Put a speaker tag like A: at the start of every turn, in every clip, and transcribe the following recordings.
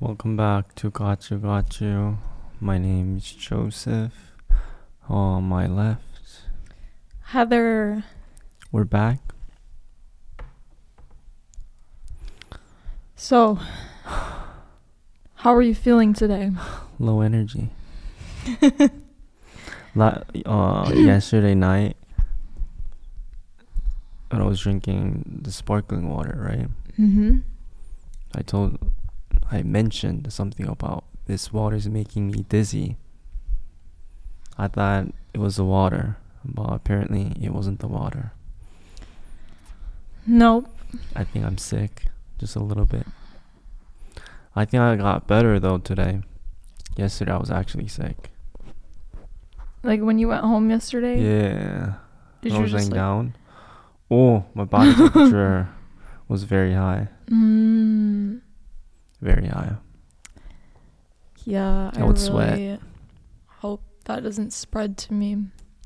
A: Welcome back to Got You, Got You. My name is Joseph. On my left,
B: Heather,
A: we're back.
B: so how are you feeling today?
A: Low energy. La- uh, yesterday night, when I was drinking the sparkling water, right?
B: Mm-hmm.
A: I told, I mentioned something about this water is making me dizzy. I thought it was the water, but apparently it wasn't the water.
B: Nope.
A: I think I'm sick, just a little bit. I think I got better though today. Yesterday I was actually sick.
B: Like when you went home yesterday,
A: Yeah,
B: did
A: I
B: you
A: was
B: just
A: laying
B: like,
A: down. Oh, my body temperature was very high,
B: mm,
A: very high.
B: yeah,
A: I would
B: really
A: sweat.
B: hope that doesn't spread to me.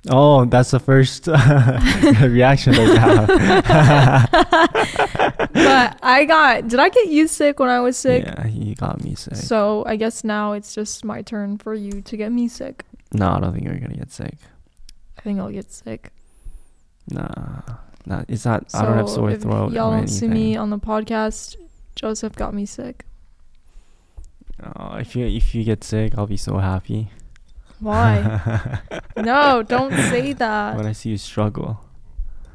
A: Oh, that's the first reaction that you have.
B: But I got did I get you sick when I was sick?
A: Yeah, he got me sick.
B: So I guess now it's just my turn for you to get me sick.
A: no, I don't think you're gonna get sick.
B: I think I'll get sick.
A: Nah, nah, it's not. I don't have sore
B: if
A: throat.
B: Y'all
A: or
B: don't see me
A: anything.
B: on the podcast. Joseph got me sick.
A: Oh, if you if you get sick, I'll be so happy.
B: Why? no, don't say that.
A: when I see you struggle.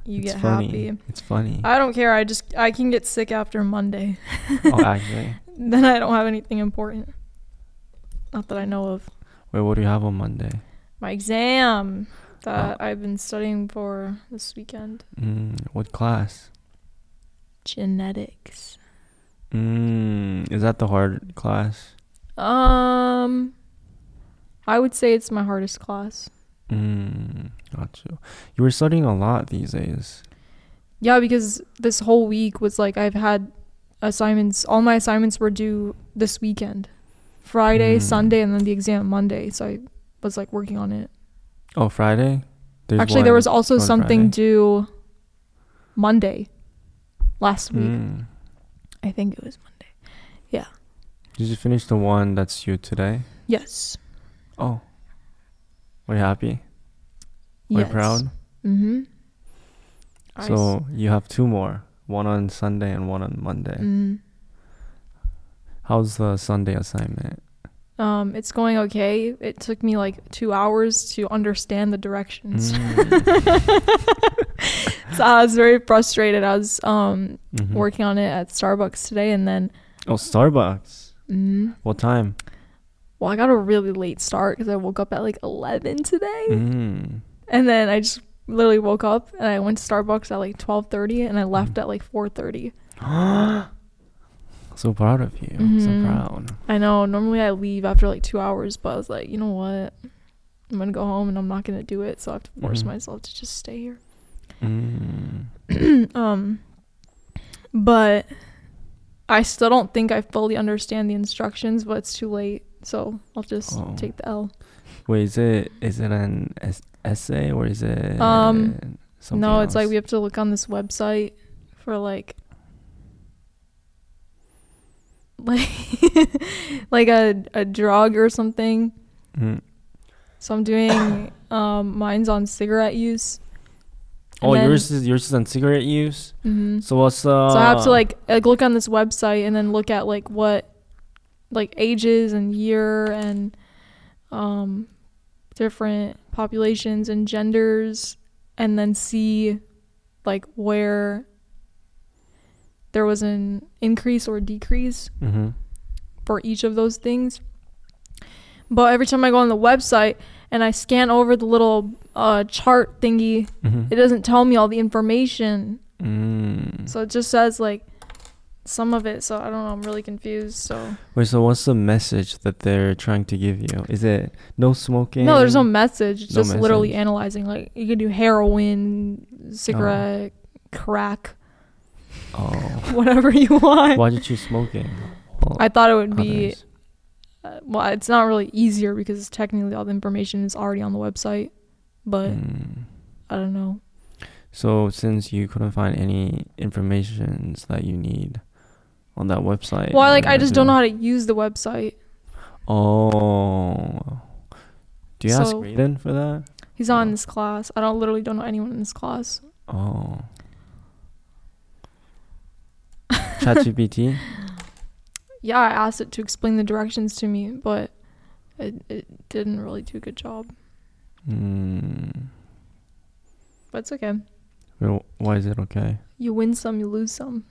B: You
A: it's
B: get
A: funny.
B: happy.
A: It's funny.
B: I don't care. I just I can get sick after Monday.
A: oh, actually.
B: Then I don't have anything important. Not that I know of.
A: Wait, what do you have on Monday?
B: My exam that I've been studying for this weekend.
A: Mm, what class?
B: Genetics.
A: Mm, is that the hard class?
B: Um I would say it's my hardest class.
A: Mm, gotcha. You were studying a lot these days.
B: Yeah, because this whole week was like I've had assignments. All my assignments were due this weekend, Friday,
A: Mm.
B: Sunday, and then the exam Monday. So I was like working on it.
A: Oh, Friday? There's
B: Actually, there
A: one
B: was also
A: on
B: something
A: Friday?
B: due Monday last week.
A: Mm.
B: I think it was Monday.
A: Did you finish the one that's you today?
B: Yes.
A: Oh. Were you happy? Were you proud?
B: Mm-hmm.
A: So you have two more. One on Sunday and one on Monday.
B: mm,
A: How's the Sunday assignment?
B: um, it's going okay. It took me like two hours to understand the directions.
A: Mm.
B: so I was very frustrated. I was um,
A: Mhm.
B: working on it at Starbucks today, and then
A: Oh, Starbucks.
B: mm,
A: What time?
B: well, I got a really late start because I woke up at like eleven today,
A: Mm.
B: and then I just literally woke up and I went to Starbucks at like twelve thirty, and I
A: Mm-hmm.
B: left at like four thirty.
A: So proud of you.
B: Mhm.
A: So proud.
B: I know normally I leave after like two hours, but I was like, you know what, I'm gonna go home and I'm not gonna do it, so I have to force
A: Mhm.
B: myself to just stay here.
A: Mm.
B: um but i still don't think i fully understand the instructions but it's too late so i'll just
A: Oh.
B: take the l
A: Wait, is it is it an es- essay or is it
B: Um,
A: something
B: no it's like
A: else?
B: we have to look on this website for like like like a, a drug or something
A: Mm.
B: so i'm doing um mine's on cigarette use
A: Oh,
B: and then-
A: yours is yours is on cigarette use.
B: Mhm.
A: So what's uh?
B: so I have to like like look on this website and then look at like what like ages and year and um different populations and genders and then see like where there was an increase or decrease
A: hmm
B: for each of those things. But every time I go on the website and I scan over the little uh, chart thingy,
A: hmm
B: it doesn't tell me all the information.
A: Mm.
B: So it just says like some of it. So I don't know. I'm really confused. So
A: Wait, so what's the message that they're trying to give you? Is it no smoking?
B: no, there's no message. It's
A: No
B: just literally
A: message.
B: analyzing. Like you can do heroin, cigarette, crack,
A: Oh,
B: whatever you want.
A: why did you smoking? Well,
B: I thought it would be.
A: others.
B: Uh, well, it's not really easier because technically all the information is already on the website. But
A: Mm.
B: I don't know.
A: So since you couldn't find any informations that you need, on that website.
B: Well, I,
A: or
B: like I just don't know
A: whatever.
B: how to use the website.
A: Oh. Do you ask
B: So-
A: Raiden for that?
B: He's not in
A: Oh.
B: this class. I don't literally don't know anyone in this class.
A: Oh. ChatGPT?
B: Yeah, I asked it to explain the directions to me, but it, it didn't really do a good job.
A: mm.
B: But it's okay.
A: Well, Why is it okay?
B: You win some, you lose some.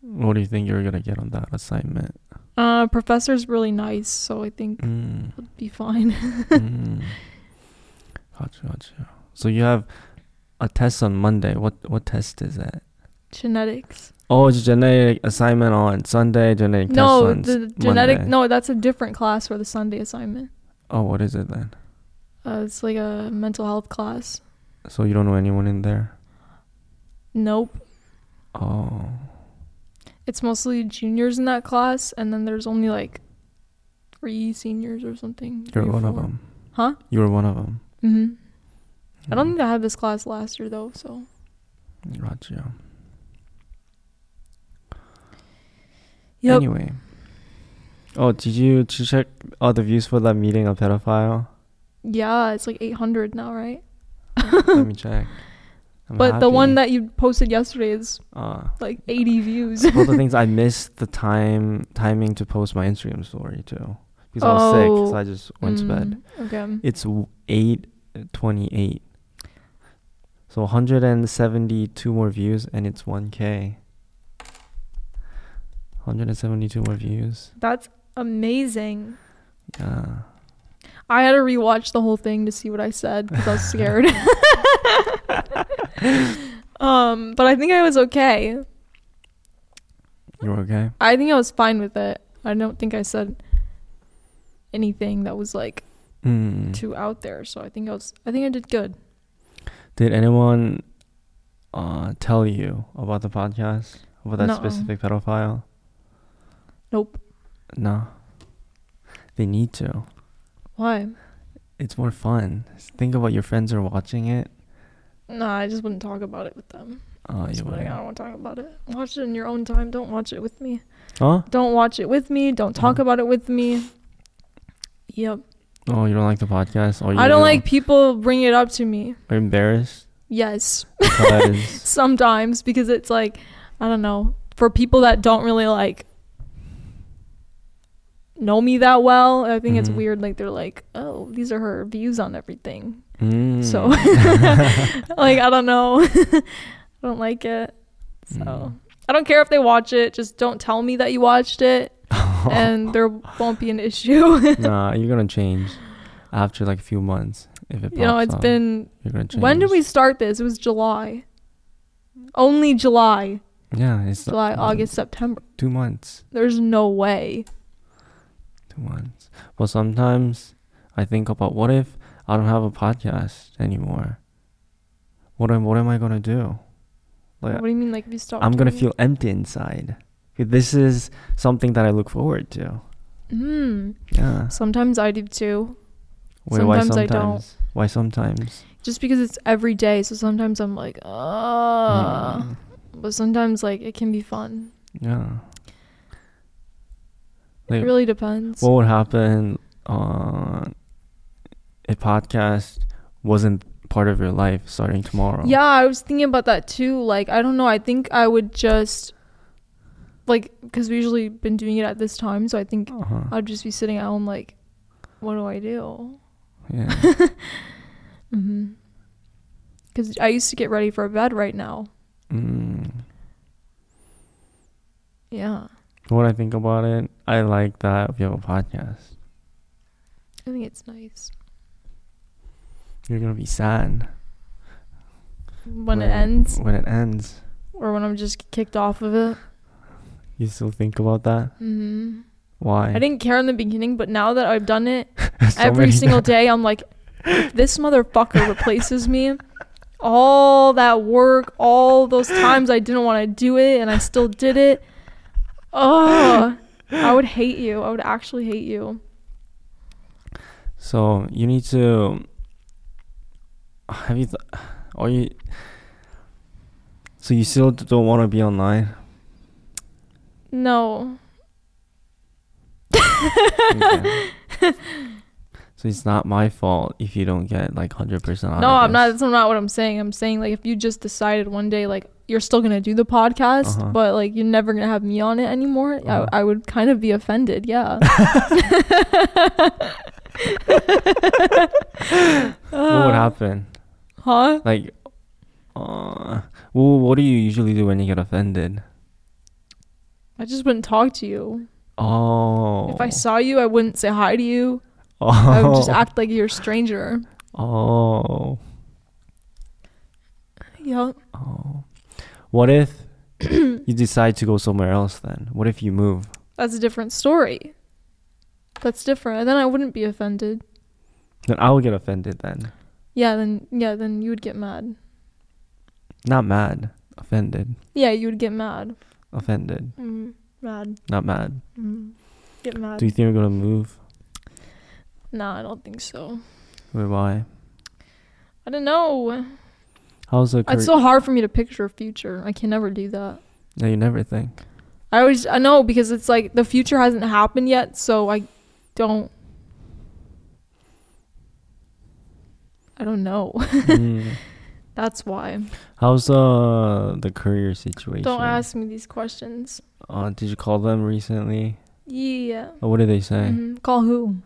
A: What do you think you're going to get on that assignment?
B: Uh, professor's really nice, so I think
A: Mm.
B: it'll be fine.
A: mm. Gotcha, gotcha. So you have a test on Monday. What what test is that?
B: Genetics.
A: Oh, it's genetic assignment on Sunday. Genetic
B: no,
A: test on
B: the
A: s-
B: genetic.
A: Monday.
B: No, that's a different class for the Sunday assignment.
A: Oh, what is it then?
B: Uh, it's like a mental health class.
A: So you don't know anyone in there?
B: Nope.
A: Oh,
B: It's mostly juniors in that class, and then there's only like three seniors or something.
A: you're one of them.
B: Huh?
A: You were one of them.
B: hmm Mm-hmm. I
A: Hmm.
B: don't think I had this class last year though, so
A: Gotcha.
B: Yep.
A: Anyway. Oh, did you, did you check all the views for that meeting of pedophile?
B: yeah, it's like 800 now, right?
A: Let me check. I'm
B: but the one
A: happy.
B: that you posted yesterday is
A: Uh,
B: like 80 views.
A: all the things I missed the time timing to post my Instagram story too because I was sick,
B: Oh,
A: so I just went to bed.
B: Mm, Okay.
A: It's eight twenty-eight. So 172 more views, and it's 1K. 172 more views.
B: That's amazing.
A: Yeah.
B: I had to rewatch the whole thing to see what I said because I was scared. um, but I think I was okay.
A: You're okay?
B: I think I was fine with it. I don't think I said anything that was like
A: Mm.
B: too out there. So I think I was. I think I did good.
A: Did anyone uh, tell you about the podcast? About that
B: No.
A: specific pedophile?
B: Nope.
A: No. They need to.
B: Why?
A: It's more fun. Think about your friends are watching it.
B: No, I just wouldn't talk about it with them.
A: Oh,
B: That's
A: you
B: what I, I
A: wouldn't.
B: don't want to talk about it. Watch it in your own time. Don't watch it with me.
A: Huh?
B: Don't watch it with me. Don't talk
A: Oh.
B: about it with me. Yep.
A: Oh, you don't like the podcast? Oh, you
B: I don't like people bringing it up to me.
A: Are you embarrassed?
B: Yes.
A: Because
B: sometimes because it's like I don't know for people that don't really like know me that well. I think it's
A: Mhm.
B: weird. Like they're like, oh, these are her views on everything.
A: Mm.
B: So like I don't know. I don't like it. So
A: Mm.
B: I don't care if they watch it. Just don't tell me that you watched it, and there won't be an issue.
A: nah, you're gonna change after like a few months if it.
B: you know,
A: pops
B: it's
A: up,
B: been
A: You're gonna change.
B: when did we start this? It was July. Only July,
A: Yeah, it's not-
B: July,
A: uh,
B: August, September.
A: Two months.
B: There's no way.
A: Two months. But sometimes I think about what if I don't have a podcast anymore. What am What am I gonna do? Like
B: what do you mean, like if you stop?
A: I'm gonna
B: doing
A: feel empty inside. This is something that I look forward to.
B: it? Mm,
A: Yeah.
B: sometimes I do too.
A: Wait, why
B: Sometimes I
A: sometimes?
B: don't.
A: Why sometimes?
B: Just because it's every day, so sometimes I'm like, ah.
A: Mm,
B: But sometimes like it can be fun.
A: yeah.
B: it
A: Like,
B: really depends.
A: what would happen uh, if podcast wasn't part of your life starting tomorrow?
B: yeah, I was thinking about that too. Like I don't know. I think I would just like because we usually been doing it at this time, so I think
A: Uh-huh.
B: I'd just be sitting at home like, what do I do?
A: Yeah.
B: Mm-hmm. Because I used to get ready for bed right now.
A: mm.
B: Yeah,
A: When I think about it, I like that we have a podcast.
B: I think it's nice
A: You're gonna be sad
B: when it ends.
A: When it ends,
B: or when I'm just kicked off of it.
A: you still think about that.
B: hmm
A: Why?
B: I didn't care in the beginning, but now that I've done it
A: So
B: every
A: many-
B: single day, I'm like, if this motherfucker replaces me. All that work, all those times I didn't want to do it, and I still did it. Oh, I would hate you. I would actually hate you.
A: So you need to. Have you? Th- are you? So you still d- don't want to be online?
B: No.
A: Okay. so it's not my fault if you don't get like 100% out
B: No,
A: of
B: I'm not.
A: this.
B: That's not what I'm saying. I'm saying like if you just decided one day like you're still gonna do the podcast,
A: Uh-huh.
B: but like you're never gonna have me on it anymore.
A: Uh-huh.
B: I, I would kind of be offended. Yeah.
A: What would happen?
B: Huh?
A: Like, uh, well, what do you usually do when you get offended?
B: I just wouldn't talk to you.
A: Oh.
B: If I saw you, I wouldn't say hi to you.
A: oh.
B: I would just act like you're a stranger.
A: Oh.
B: Yeah.
A: Oh. What if you decide to go somewhere else then? What if you move?
B: That's a different story. That's different. And then I wouldn't be offended.
A: Then I will get offended then.
B: Yeah, then yeah, then you would get mad.
A: Not mad. Offended.
B: Yeah, you would get mad.
A: Offended.
B: Mm, mad.
A: Not mad.
B: Mm, get mad.
A: Do you think you're going to move?
B: Nah, I don't think so.
A: Wait, why?
B: I don't know.
A: How's the
B: It's
A: career?
B: so hard for me to picture a future. I can never do that.
A: no, you never think.
B: I always I know because it's like the future hasn't happened yet, so I don't I don't know.
A: Mm.
B: That's why.
A: How's uh, the career situation?
B: Don't ask me these questions.
A: Uh, did you call them recently?
B: Yeah.
A: Or what did they say?
B: Mhm. Call who?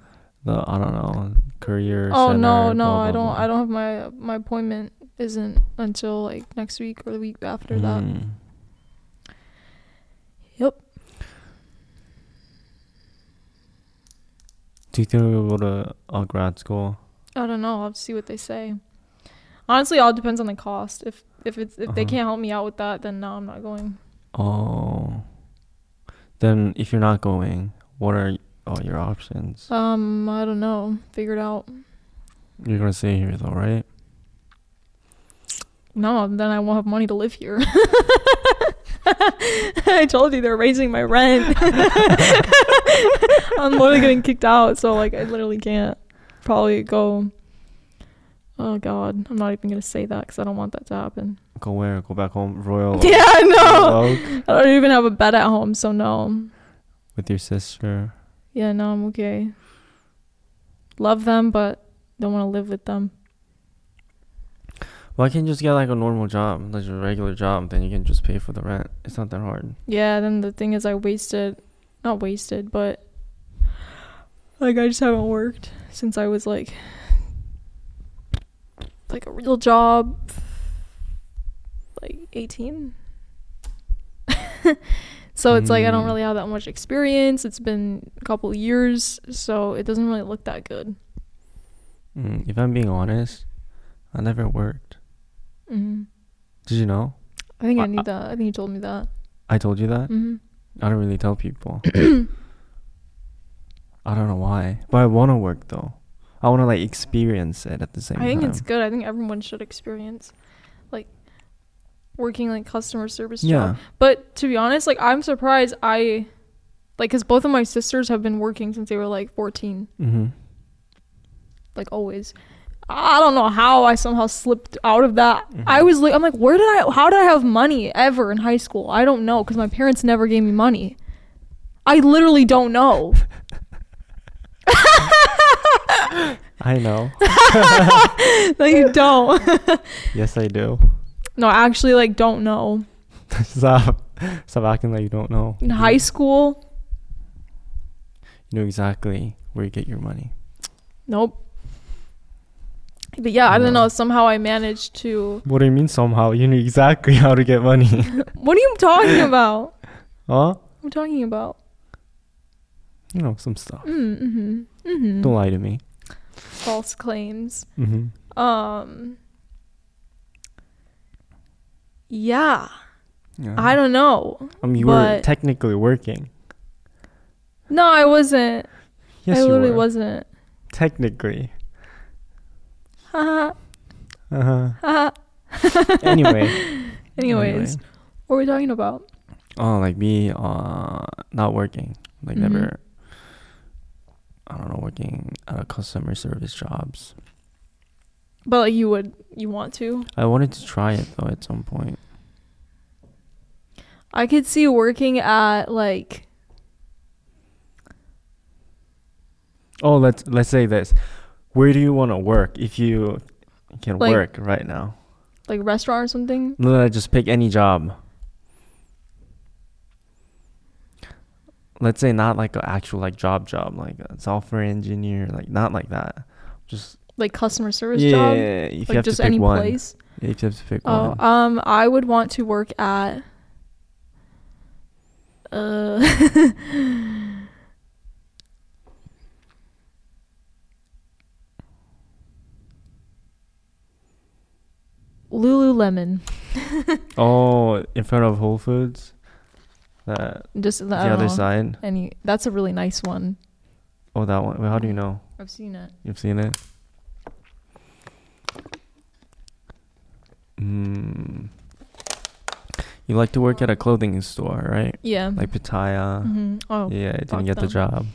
A: The I don't know career.
B: Oh no, no,
A: center, blah,
B: I
A: blah,
B: don't
A: blah.
B: I don't have my my appointment isn't until like next week or the week after that.
A: Mm. Hmm.
B: Yep.
A: Do you think we'll go to uh, grad school?
B: I don't know. I'll have to see what they say. Honestly, it all depends on the cost. If if it's if they
A: Uh-huh.
B: can't help me out with that, then no, I'm not going.
A: Oh. Then if you're not going, what are all your options?
B: Um, I don't know. Figure it out.
A: You're gonna stay here though, right?
B: No, then I won't have money to live here. I told you they're raising my rent. I'm literally getting kicked out, so like I literally can't probably go. Oh God, I'm not even gonna say that because I don't want that to happen.
A: Go where? Go back home, Royal. Oak-
B: Yeah, no,
A: Royal Oak
B: I don't even have a bed at home, so no.
A: with your sister.
B: Yeah, no, I'm okay. Love them, but don't want to live with them.
A: Why can't you just get like a normal job, like a regular job? Then you can just pay for the rent. It's not that hard.
B: Yeah, then the thing is, I wasted, not wasted, but like I just haven't worked since I was like, like a real job, like 18. so it's like I don't
A: Mm.
B: really have that much experience. It's been a couple years, so it doesn't really look that good.
A: Mm, if I'm being honest, I never worked.
B: hmm
A: Did you know?
B: I think I,
A: I-
B: knew that. I think you told me that.
A: I told you that.
B: hmm
A: I don't really tell people. I don't know why, but I want to work though. I want to like experience it at the same
B: I think
A: time.
B: it's good. I think everyone should experience like working like customer service job.
A: yeah.
B: But to be honest, like I'm surprised I like cuz both of my sisters have been working since they were like 14,
A: Mm-hmm.
B: like always. I don't know how I somehow slipped out of that. I
A: Mhm.
B: was like I'm like where did I how did I have money ever in high school? I don't know cuz my parents never gave me money. I literally don't know.
A: I know.
B: no you don't.
A: yes, I do.
B: no, I actually like don't know.
A: stop, stop acting like you don't know.
B: In high school,
A: You know exactly where you get your money.
B: Nope. But yeah, I don't
A: No.
B: know. Somehow I managed to.
A: What do you mean? Somehow you knew exactly how to get money,
B: What are you talking about?
A: huh?
B: I'm talking about.
A: You know some stuff.
B: Mm-hmm. Mm-hmm.
A: Don't lie to me.
B: False claims.
A: Mm-hmm.
B: Um. Yeah,
A: Yeah.
B: I don't know.
A: I mean, Um, you were
B: but-
A: technically working.
B: No, I wasn't.
A: Yes,
B: I
A: you
B: literally
A: were.
B: wasn't.
A: Technically.
B: Haha.
A: Uh-huh.
B: haha.
A: anyway.
B: Anyways,
A: Anyway.
B: what were we talking about?
A: Oh, like me, uh, not working. Like
B: Mhm.
A: never. I don't know, working at a customer service jobs.
B: But like, you would, you want to?
A: I wanted to try it though at some point.
B: I could see working at like
A: Oh, let's let's say this. Where do you want to work if you can
B: Like-
A: work right now?
B: like restaurant or something.
A: No, no, just pick any job. Let's say not like an actual like job job, like a software engineer, like not like that. Just
B: Like customer service
A: yeah,
B: job.
A: yeah, yeah, If you
B: like
A: have
B: just
A: to pick
B: any
A: one,
B: place.
A: Yeah, if you have to pick
B: Oh,
A: one.
B: um I would want to work at uh Lululemon.
A: Oh, in front of Whole Foods, that
B: Just I
A: the
B: don't
A: other
B: know.
A: side.
B: Any that's a really nice one.
A: Oh, that one. Well, how do you know?
B: I've seen it.
A: You've seen it. Mm. You like to work at a clothing store, right?
B: Yeah.
A: Like uh, Pattaya.
B: hmm Oh.
A: Yeah, I
B: fuck
A: didn't get the
B: them.
A: job.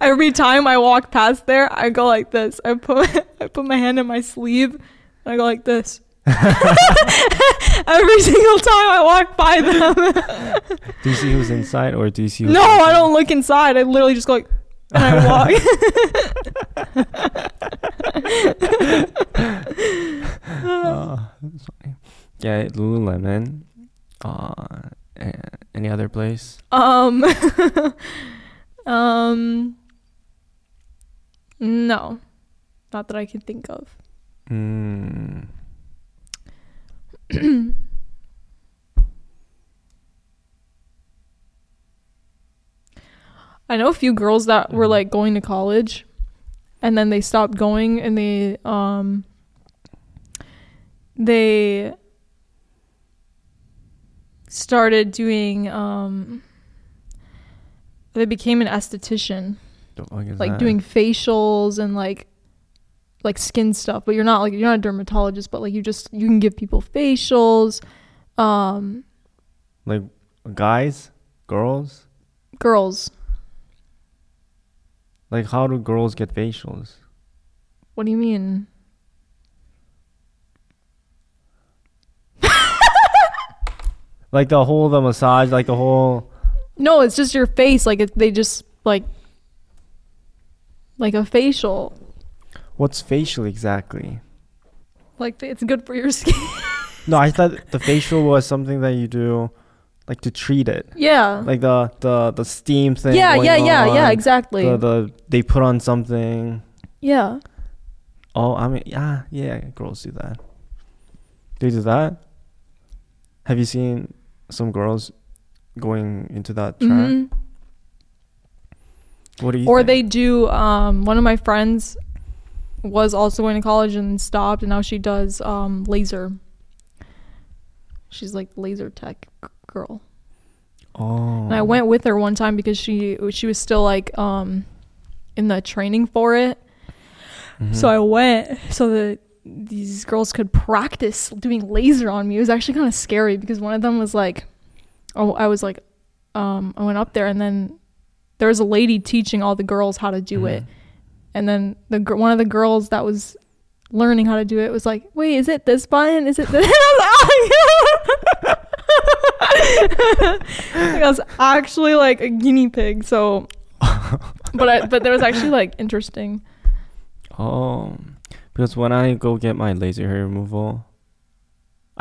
B: Every time I walk past there, I go like this. I put I put my hand in my sleeve and I go like this. Every single time I walk by them.
A: Do you see who's inside, or do you see? Who's
B: no, I
A: outside?
B: don't look inside. I literally just go like and I walk.
A: Uh, sorry. Yeah, Lululemon. Uh, a- any other place?
B: Um Um No. Not that I can think of.
A: Mm.
B: I know a few girls that were
A: Mhm.
B: like going to college and then they stopped going and they um they started doing um they became an esthetician
A: The fuck is
B: like
A: that?
B: doing facials and like like skin stuff but you're not like you're not a dermatologist but like you just you can give people facials um
A: like guys, girls.
B: girls
A: Like, how do girls get facials?
B: what do you mean
A: Like the whole the massage, like the whole.
B: no it's just your face like it, they just like like a facial
A: What's facial exactly?
B: like it's good for your skin
A: No, I thought the facial was something that you do, like to treat it,
B: yeah
A: like the the the steam thing.
B: yeah
A: going
B: yeah yeah yeah
A: on,
B: exactly
A: The, the they put on something.
B: yeah
A: Oh, I mean, yeah, yeah, girls do that. They do that. Have you seen some girls going into that track?
B: hmm
A: What do you?
B: or
A: think?
B: they do um one of my friends was also going to college and stopped and now she does um laser she's like laser tech g- girl
A: Oh.
B: and i went with her one time because she she was still like um in the training for it
A: Mm-hmm.
B: so i went so that these girls could practice doing laser on me it was actually kind of scary because one of them was like oh i was like um i went up there and then there was a lady teaching all the girls how to
A: Mm-hmm.
B: do it and then the gir- one of the girls that was learning how to do it was like, "Wait, is it this button? Is it this?" And I was like, "Oh, yeah." Like, I was actually like a guinea pig. So, but I, but there was actually like interesting.
A: Oh, because when I go get my laser hair removal,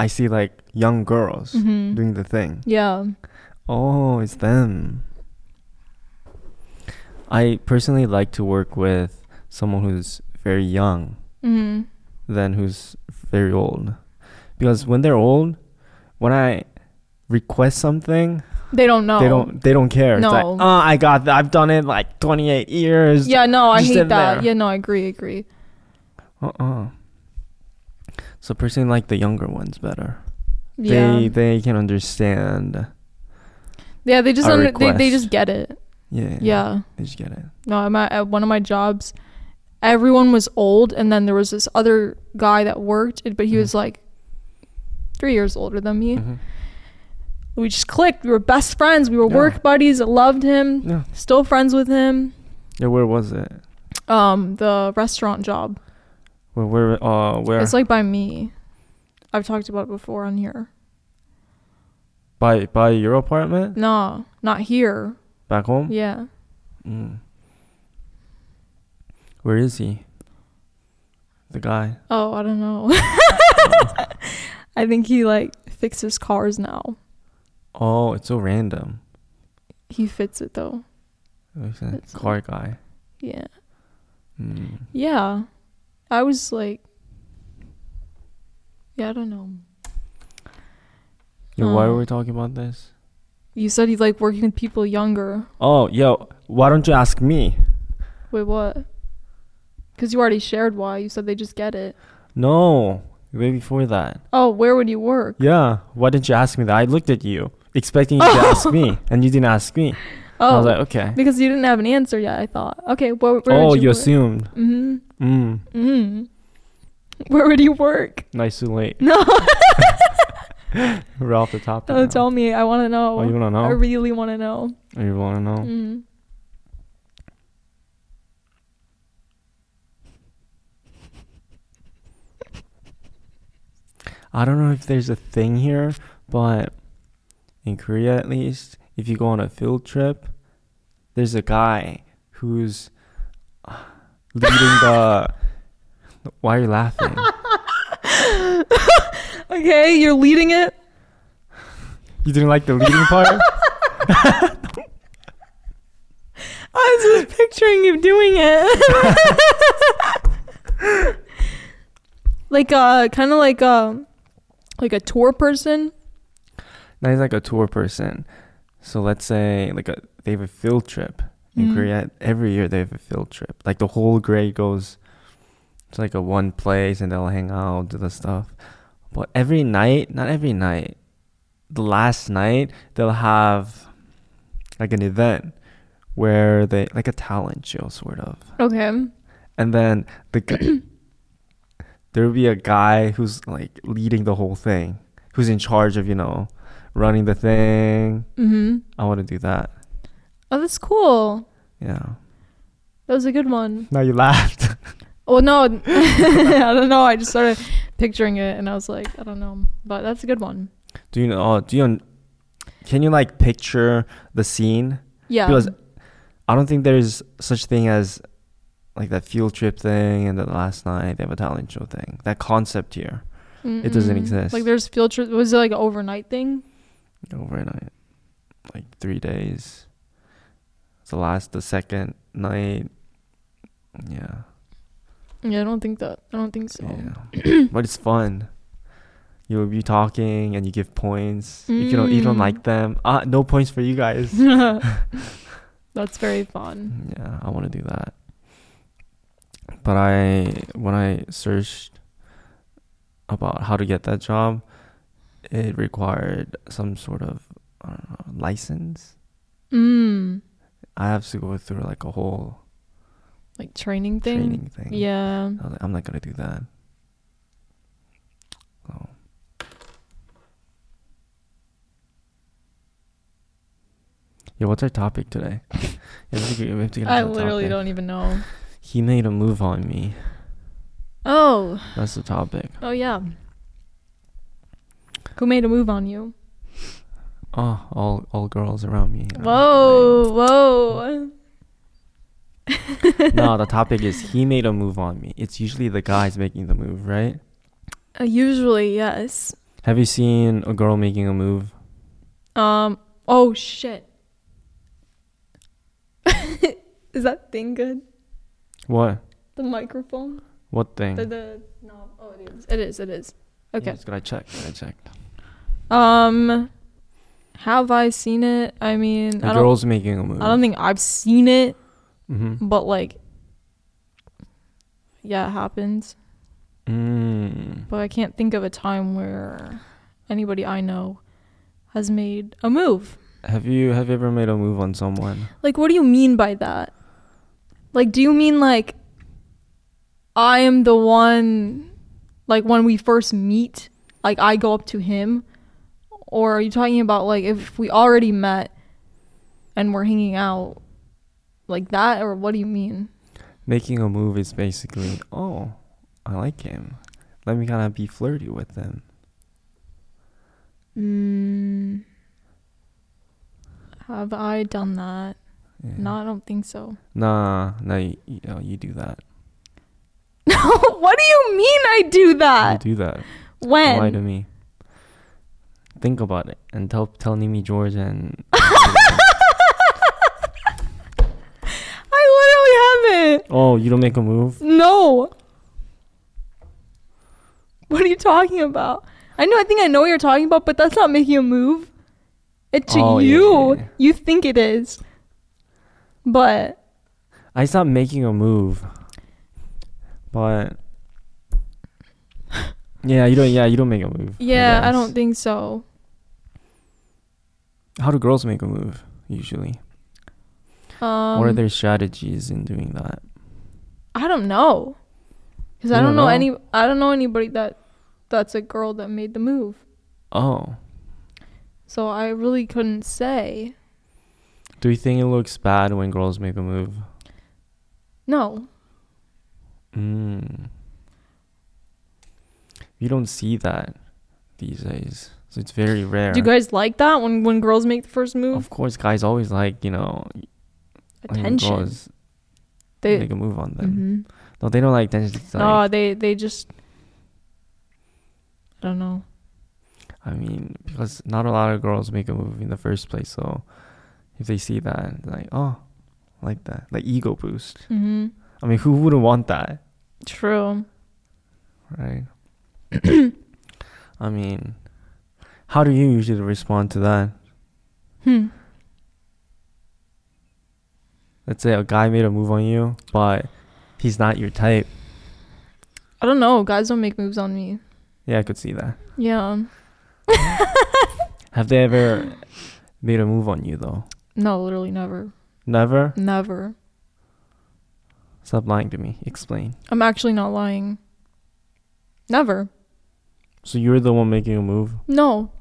A: I see like young girls
B: Mhm.
A: doing the thing.
B: Yeah,
A: Oh, it's them. I personally like to work with someone who's very young
B: mm-hmm.
A: than who's very old. Because when they're old, when I request something,
B: they don't know.
A: they don't they don't care. It's like,
B: No.
A: oh, I got that. I've done it like 28 years.
B: Yeah, no, I
A: Just
B: hate
A: in
B: that.
A: there.
B: Yeah, no, I agree, agree.
A: Uh-uh. So personally like the younger ones better.
B: Yeah,
A: They they can understand.
B: yeah, they just
A: our
B: under, they, they
A: request.
B: just get it.
A: Yeah.
B: Yeah.
A: They just get it.
B: No, I'm at, at one of my jobs. Everyone was old, and then there was this other guy that worked, but he
A: Mm-hmm.
B: was like three years older than me.
A: Mhm.
B: We just clicked. We were best friends. We were
A: Yeah.
B: work buddies. I loved him.
A: Yeah.
B: Still friends with him.
A: Yeah, where was it?
B: Um, the restaurant job.
A: Where where uh where
B: It's like by me. I've talked about it before on here.
A: By by your apartment?
B: No, not here.
A: Back home?
B: Yeah.
A: Mm. Where is he? The guy.
B: Oh, I don't know. I think he like fixes cars now.
A: Oh, it's so random.
B: He fits it though.
A: It's a
B: That's-
A: car guy.
B: Yeah.
A: Mm.
B: Yeah. I was like Yeah, I don't know.
A: Yo, why
B: Oh.
A: were we talking about this?
B: You said he's like working with people younger.
A: Oh, yo, why don't you ask me?
B: Wait, what? Cuz you already shared why. You said they just get it.
A: No, way before that.
B: Oh, where would you work?
A: Yeah, why didn't you ask me that? I looked at you, expecting you to ask me, and you didn't ask me. I
B: Oh,
A: was like, okay.
B: because you didn't have an answer yet, I thought. Okay, where, where
A: Oh,
B: would you,
A: you,
B: work?
A: assumed.
B: Mhm.
A: Mm,
B: Mhm. Where would you work?
A: nice too late.
B: No.
A: We're off the topic. now.
B: Don't tell me. I want to know.
A: Oh, you wanna
B: I
A: know?
B: really want to know.
A: Oh, you wanna know?
B: Mm.
A: I don't know if there's a thing here, but in Korea at least, if you go on a field trip, there's a guy who's uh, leading the. Why are you laughing?
B: Okay, you're leading it.
A: You didn't like the leading part?
B: I was just picturing you doing it. like uh kind of like um like a tour person.
A: Now he's like a tour person. So let's say like a, they have a field trip in
B: Mm.
A: Korea. Every year they have a field trip. Like the whole grade goes to like a one place and they'll hang out, do the stuff. But every night, not every night, the last night they'll have like an event where they like a talent show sort of.
B: Okay.
A: And then the gu- there'll be a guy who's like leading the whole thing, who's in charge of you know running the thing.
B: Mhm.
A: I want to do that.
B: Oh, that's cool.
A: Yeah.
B: That was a good one.
A: Now you laughed.
B: Oh no, I don't know. I just started picturing it, and I was like, I don't know, but that's a good one.
A: Do you know? Oh, do you? Can you like picture the scene?
B: Yeah.
A: Because I don't think there's such thing as like that field trip thing and the last night they have a talent show thing. That concept here it doesn't
B: Mm-mm.
A: exist.
B: Like there's field trip. Was it like an overnight thing?
A: overnight, like three days. It's the last, the second night. Yeah.
B: Yeah, I don't think that. I don't think so.
A: Yeah, but it's fun. You'll be talking and you give points. If you don't, you don't
B: Mm.
A: like them. Ah, no points for you guys.
B: That's very fun.
A: yeah, I want to do that. But I, when I searched about how to get that job, it required some sort of I don't know, license.
B: Mm.
A: I have to go through like a whole
B: Like training thing.
A: training thing.
B: Yeah.
A: I was like, I'm not gonna do that. Oh. So. Yeah, what's our topic today? Yeah, we have to get- we have to get
B: I
A: into the
B: literally
A: topic.
B: don't even know.
A: He made a move on me.
B: Oh.
A: That's the topic.
B: Oh yeah. Who made a move on you?
A: Oh, all all girls around me. I'm Oh,
B: Whoa, whoa.
A: fine. no, the topic is he made a move on me. It's usually the guys making the move, right?
B: Uh, usually, yes.
A: Have you seen a girl making a move?
B: Um. Oh shit. Is that thing good?
A: What?
B: The microphone.
A: What thing?
B: The the knob. Oh, it is. It is. It is. Okay.
A: Yes, gotta check. Gotta check.
B: Um, have I seen it? I mean,
A: A
B: I don't.
A: girl's making a move.
B: I don't think I've seen it,
A: hmm
B: but like, yeah, it happens.
A: Mm.
B: But I can't think of a time where anybody I know has made a move.
A: Have you have you ever made a move on someone?
B: Like, what do you mean by that? Like, do you mean like I am the one? Like when we first meet, like I go up to him, or are you talking about like if we already met and we're hanging out like that, or what do you mean?
A: Making a move is basically, oh, I like him. Let me kind of be flirty with them.
B: Mm, Have I done that?
A: Yeah.
B: No, I don't think so.
A: Nah, no, you, you know, you do that.
B: what do you mean I do that?
A: you do that. Lie to
B: When?
A: me. Think about it and tell tell Nimi George and
B: I literally haven't.
A: oh, you don't make a move.
B: No. What are you talking about? I know. I think I know what you're talking about, but that's not making a move. It to
A: Oh, yeah,
B: you.
A: yeah, yeah.
B: You think it is, but
A: I stopped making a move, but yeah, you don't. Yeah, you don't make a move.
B: yeah, I,
A: guess.
B: don't think so.
A: How do girls make a move usually?
B: Um,
A: what are their strategies in doing that?
B: I don't know, because I
A: You don't
B: don't know,
A: know?
B: any. I don't know anybody that that's a girl that made the move.
A: Oh,
B: So I really couldn't say.
A: do you think it looks bad when girls make a move?
B: No,
A: Mm. You don't see that these days, so it's very rare.
B: do you guys like that when when girls make the first move?
A: of course, guys always like you know when
B: Attention.
A: Girls
B: They.
A: make a move on them.
B: Mhm.
A: No, they don't like attention. It's
B: No,
A: like-
B: they they just. I don't know.
A: I mean, because not a lot of girls make a move in the first place. So if they see that, like, oh, I like that, like ego boost.
B: Mm-hmm.
A: I mean, who wouldn't want that,
B: True.
A: right? I mean, how do you usually respond to that?
B: Hmm.
A: Let's say a guy made a move on you, but he's not your type.
B: I don't know. Guys don't make moves on me.
A: Yeah, I could see that.
B: Yeah.
A: Have they ever made a move on you though?
B: No, literally never.
A: Never.
B: Never.
A: Stop lying to me. Explain.
B: I'm actually not lying. Never.
A: So you're the one making a move.
B: No.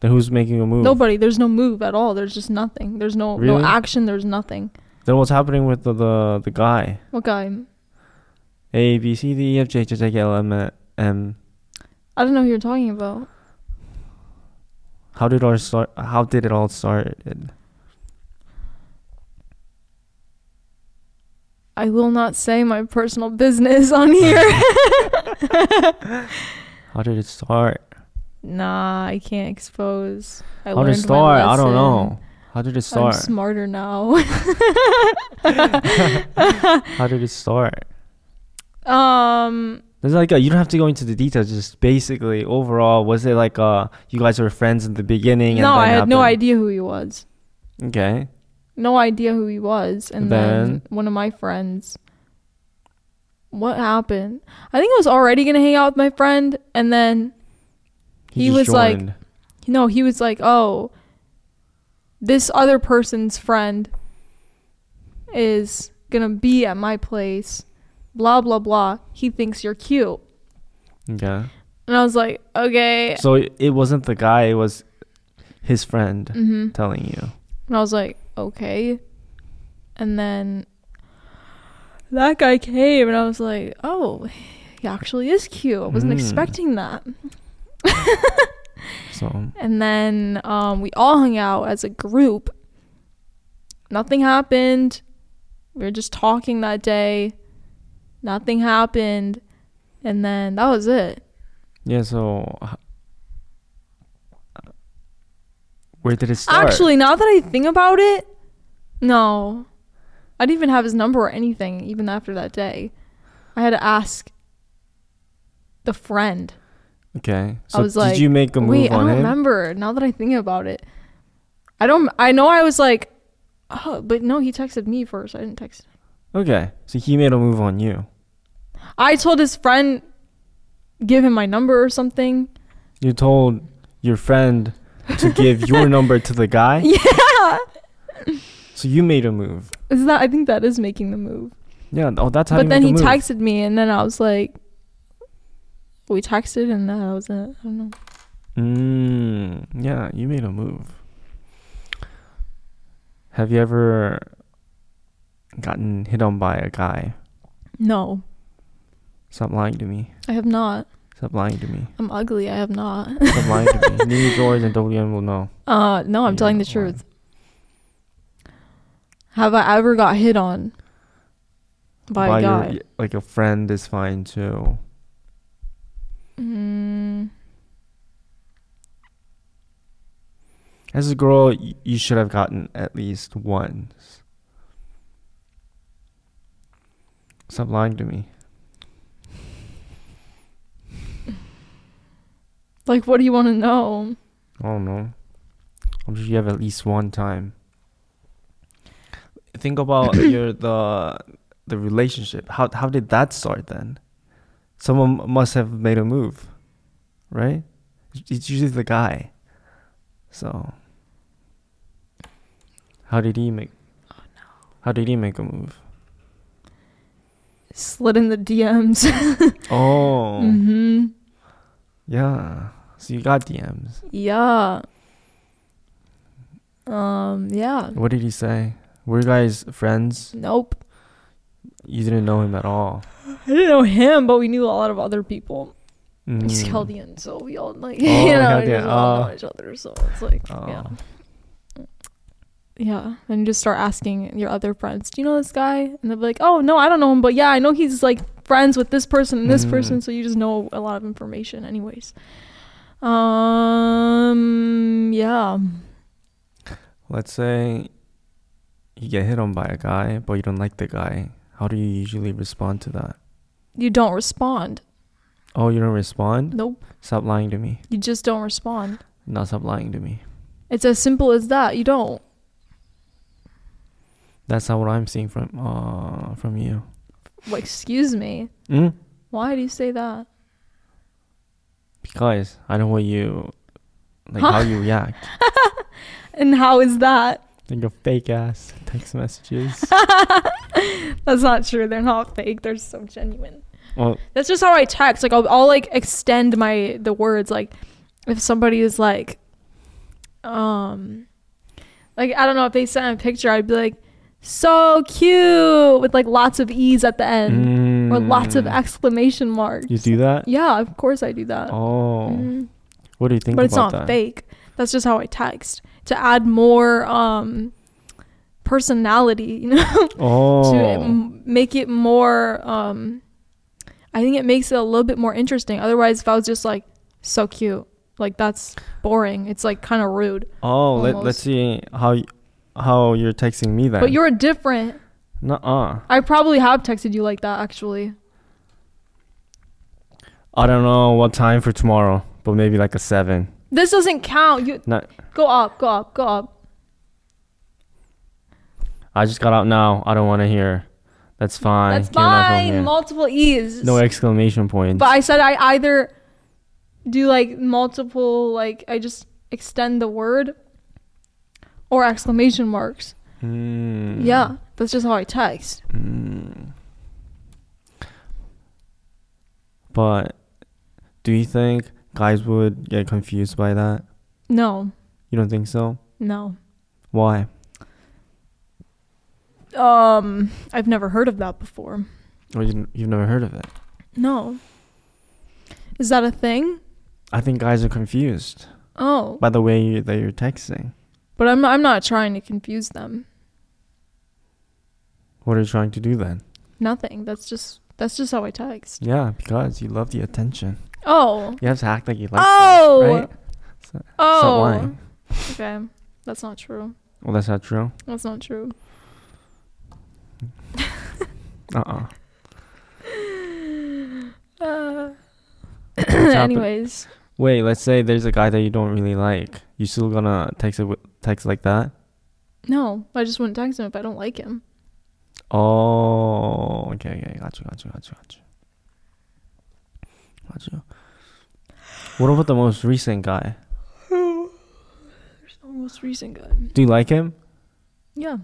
A: Then who's making a move?
B: Nobody. There's no move at all. There's just nothing. There's no
A: Really?
B: no action. There's nothing.
A: Then what's happening with the the, the guy?
B: What guy?
A: A B C D E F G H I J K L M N, M.
B: I don't know who you're talking about.
A: How did our start? How did it all start?
B: I will not say my personal business on here.
A: How did it start?
B: nah, I can't expose. I
A: how did it
B: learned my
A: start? I don't
B: lesson.
A: know. How did it start?
B: I'm smarter now.
A: how did it start?
B: um,
A: There's like a, you don't have to go into the details. Just basically overall, was it like uh you guys were friends in the beginning?
B: no,
A: and
B: I
A: then
B: had no
A: happened-
B: idea who he was.
A: Okay,
B: No idea who he was. And then,
A: Then?
B: one of my friends. What happened? I think I was already gonna hang out with my friend, and then He
A: just
B: was like-
A: joined.
B: no, he was like, "Oh, this other person's friend is gonna be at my place." Blah blah blah. He thinks you're cute,
A: okay.
B: and I was like, "Okay."
A: So it it wasn't the guy. It was his friend
B: Mm-hmm.
A: telling you.
B: And I was like, okay. And then that guy came, and I was like, oh, he actually is cute. I wasn't
A: Mm.
B: expecting that.
A: So
B: And then um, we all hung out as a group. Nothing happened. We were just talking that day. Nothing happened. And then that was it.
A: Yeah, so h- where did it start?
B: Actually, now that I think about it, no. I didn't even have his number or anything, even after that day. I had to ask the friend.
A: okay. So
B: was
A: did
B: like,
A: you make a move
B: Wait, I
A: on
B: don't
A: him?
B: remember now that I think about it. I don't, I know I was like, oh, but no, he texted me first. I didn't text him.
A: Okay, so he made a move on you.
B: I told his friend, give him my number or something.
A: You told your friend to give your number to the guy.
B: Yeah.
A: So you made a move.
B: Is that, I think that is making the move.
A: Yeah. Oh, that's how. you
B: but then
A: make
B: he
A: a move.
B: texted me, and then I was like, we texted, and that was it. I don't know.
A: Mm, yeah, you made a move. Have you ever gotten hit on by a guy?
B: No,
A: Stop lying to me.
B: I have not.
A: Stop lying to me.
B: I'm ugly. I have not.
A: Stop lying to me. Nini George and WM will know.
B: Uh, no, I'm
A: Yeah,
B: telling the
A: why?
B: truth. Have I ever got hit on by, a guy?
A: Your, like your friend is fine too.
B: Mm,
A: As a girl, y- you should have gotten at least once. Stop lying to me.
B: like, what do you want to know?
A: I don't know. I'm sure you have at least one time. Think about your the the relationship. How how did that start then? Someone m- must have made a move, right? It's- It's usually the guy. So how did he make? How did he make a move?
B: Slid in the DMs.
A: Oh,
B: hmm
A: yeah. So you got DMs.
B: Yeah. Um. Yeah.
A: What did he say? Were you guys friends?
B: Nope.
A: You didn't know him at all.
B: I didn't know him, but we knew a lot of other people. He's
A: Mm.
B: Chaldean, so we all like
A: Oh,
B: you know, we
A: Chaldean,
B: just all
A: oh.
B: know each other. So it's like,
A: Oh.
B: yeah. Yeah. Then you just start asking your other friends, Do you know this guy? And they'll be like, Oh no, I don't know him, but yeah, I know he's like friends with this person and this
A: Mm.
B: person, so you just know a lot of information anyways. Um yeah.
A: Let's say you get hit on by a guy, but you don't like the guy. How do you usually respond to that?
B: You don't respond.
A: Oh, you don't respond?
B: Nope.
A: Stop lying to me.
B: You just don't respond.
A: No, stop lying to me.
B: It's as simple as that. You don't.
A: That's not what I'm seeing from uh from you.
B: Well, excuse me.
A: Mm?
B: Why do you say that?
A: Because I know what you like
B: Huh?
A: how you react.
B: And how is that?
A: Think of fake ass text messages.
B: That's not true. They're not fake. They're so genuine.
A: well,
B: That's just how I text. Like I'll, I'll like extend my the words. Like if somebody is like, um, like I don't know if they sent a picture, I'd be like, so cute with like lots of e's at the end or lots of
A: mm,
B: exclamation marks.
A: You do that?
B: Yeah, of course I do that.
A: Oh.
B: Mhm.
A: What do you think
B: But
A: about
B: it's not
A: that?
B: fake. That's just how I text to add more um personality. You know.
A: Oh.
B: to mm, m- make it more um i think it makes it a little bit more interesting otherwise if i was just like so cute like that's boring it's like kind of rude
A: oh, let, let's
B: almost.
A: see how y- how you're texting me then.
B: but you're different
A: Nuh-uh.
B: i probably have texted you like that actually
A: I don't know what time for tomorrow, but maybe like a seven.
B: this doesn't count you
A: Not.
B: go up go up go up
A: I just got out now. I don't want to hear. That's fine.
B: Mm, that's
A: Get off of here.
B: fine multiple e's
A: No exclamation points.
B: but i said i either do like multiple like i just extend the word or exclamation marks
A: Hmm.
B: yeah that's just how i text
A: Hmm. But do you think guys would get confused by that?
B: no
A: You don't think so?
B: No.
A: Why?
B: Um, I've never heard of that before.
A: Or you, you've never heard of it?
B: No. Is that a thing?
A: I think guys are confused
B: Oh,
A: by the way you, that you're texting.
B: but I'm I'm not trying to confuse them.
A: What are you trying to do then?
B: Nothing. That's just that's just how I text.
A: Yeah, because you love the attention.
B: Oh.
A: You have to act like you like. them,
B: Oh.
A: right? So- Stop
B: Oh.
A: lying.
B: Okay. That's not true.
A: Well, that's not true.
B: That's not true.
A: Uh uh
B: Uh,
A: happened?
B: anyways,
A: Wait, let's say there's a guy that you don't really like. You still gonna text it with, text like that?
B: no. I just wouldn't text him if I don't like him.
A: Oh, okay, okay, gotcha, gotcha, gotcha, gotcha. Gotcha. What about the most recent guy?
B: There's the most recent guy.
A: Do you like him?
B: Yeah.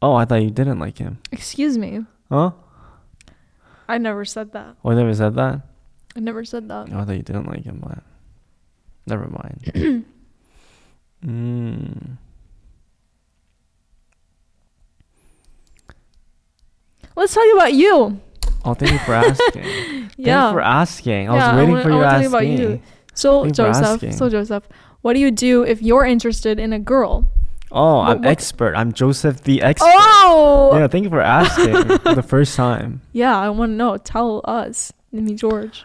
A: Oh, I thought you didn't like him.
B: Excuse me.
A: Huh?
B: I never said that.
A: Oh, I never said that.
B: I never said that.
A: Oh, I thought you didn't like him. But never mind. mm.
B: Let's talk about you.
A: Oh, thank you for asking. Thank you for
B: yeah.
A: asking. I
B: Yeah, I
A: was waiting
B: wanna-
A: for you
B: I
A: to
B: wanna
A: ask
B: think about
A: me.
B: you. So
A: thank you for
B: Joseph,
A: asking.
B: so Joseph, what do you do if you're interested in a girl?
A: Oh,
B: What-
A: I'm
B: what-
A: expert. I'm Joseph the expert.
B: Oh.
A: Yeah, thank you for asking for the first time.
B: Yeah, I want to know. Tell us, Nimi George.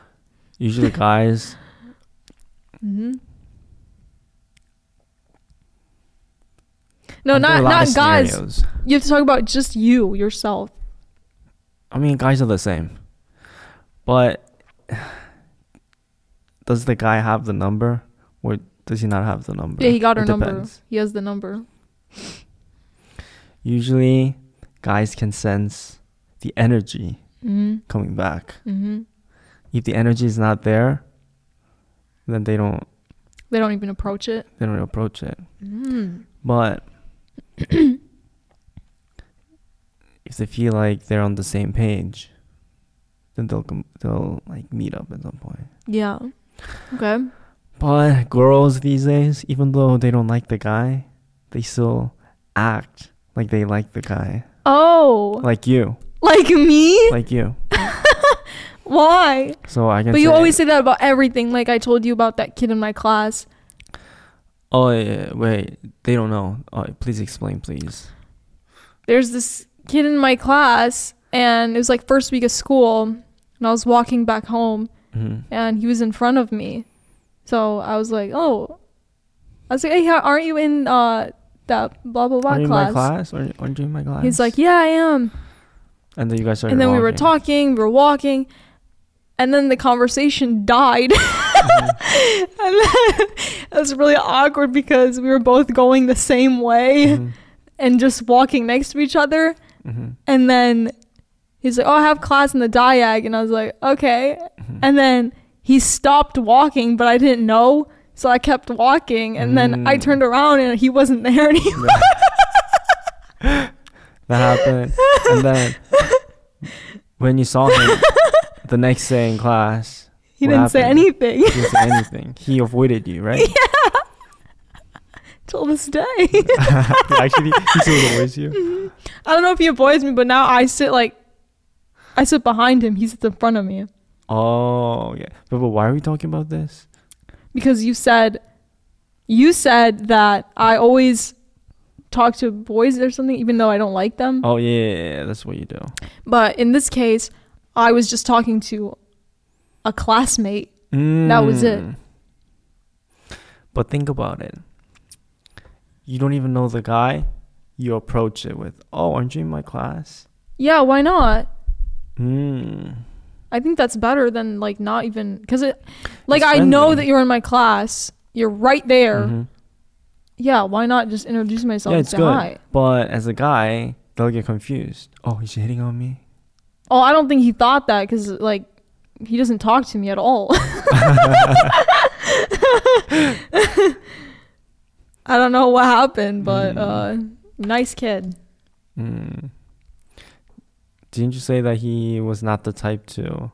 A: Usually guys,
B: Mm-hmm. No,
A: I'm doing a
B: not
A: lot
B: not
A: of
B: guys.
A: scenarios.
B: You have to talk about just you yourself.
A: I mean, guys are the same. But does the guy have the number or does he not have the number?
B: Yeah, he got
A: It
B: her number.
A: depends.
B: He has the number.
A: Usually guys can sense the energy
B: Mm-hmm.
A: coming back.
B: Mm-hmm.
A: If the energy is not there, then they don't
B: They don't even approach it.
A: they don't approach it.
B: Mm.
A: But if they feel like they're on the same page, then they'll com- they'll like meet up at some point.
B: Yeah. Okay.
A: But girls these days, even though they don't like the guy, they still act like they like the guy.
B: Oh,
A: Like you,
B: like me?
A: like you.
B: Why?
A: So I can.
B: But you
A: say-
B: always say that about everything. Like I told you about that kid in my class.
A: Oh yeah, wait, they don't know. Oh, please explain, please.
B: there's this kid in my class and it was like first week of school and I was walking back home
A: hmm
B: and he was in front of me. So I was like, "Oh." I was like, "Hey, how, aren't you in uh that blah blah blah
A: Aren't you in my
B: class?"
A: class? Aren't, aren't you in my class?
B: He's like, "Yeah, I am."
A: and then you guys started.
B: and then we were
A: walking.
B: talking, we were walking, and then the conversation died.
A: Mm-hmm.
B: and then it was really awkward because we were both going the same way
A: Mhm,
B: and just walking next to each other.
A: mhm,
B: And then he's like, Oh, I have class in the diag. And I was like, Okay.
A: mhm.
B: And then he stopped walking, but I didn't know. So I kept walking. And then I
A: Mm.
B: turned around and he wasn't there anymore.
A: That happened. and then when you saw him the next day in class,
B: He
A: What
B: didn't say
A: happened?
B: anything
A: he didn't say anything. He avoided you, right?
B: till this day. I
A: Actually, he still avoids you.
B: don't know if he avoids me, but now I sit like, I sit behind him. He sits in front of me
A: Oh yeah, but, but why are we talking about this?
B: because you said, you said that I always talk to boys or something, even though I don't like them.
A: Oh yeah, yeah, yeah, that's what you do.
B: But in this case, I was just talking to a classmate. That was it.
A: Mm. But think about it. You don't even know the guy. You approach it with, "Oh, aren't you in my class?"
B: Yeah, why not? Hmm.
A: Mm.
B: I think that's better than like not even because it, like
A: It's
B: I know
A: friendly.
B: that you're in my class. You're right there.
A: Mhm.
B: Yeah, why not just introduce myself
A: Yeah,
B: and
A: it's
B: say
A: good.
B: hi?
A: But as a guy, they'll get confused. Oh, he's hitting on me.
B: Oh, I don't think he thought that because like he doesn't talk to me at all. I don't know what happened, but uh, nice kid. Hmm.
A: Mm. Didn't you say that he was not the type to? How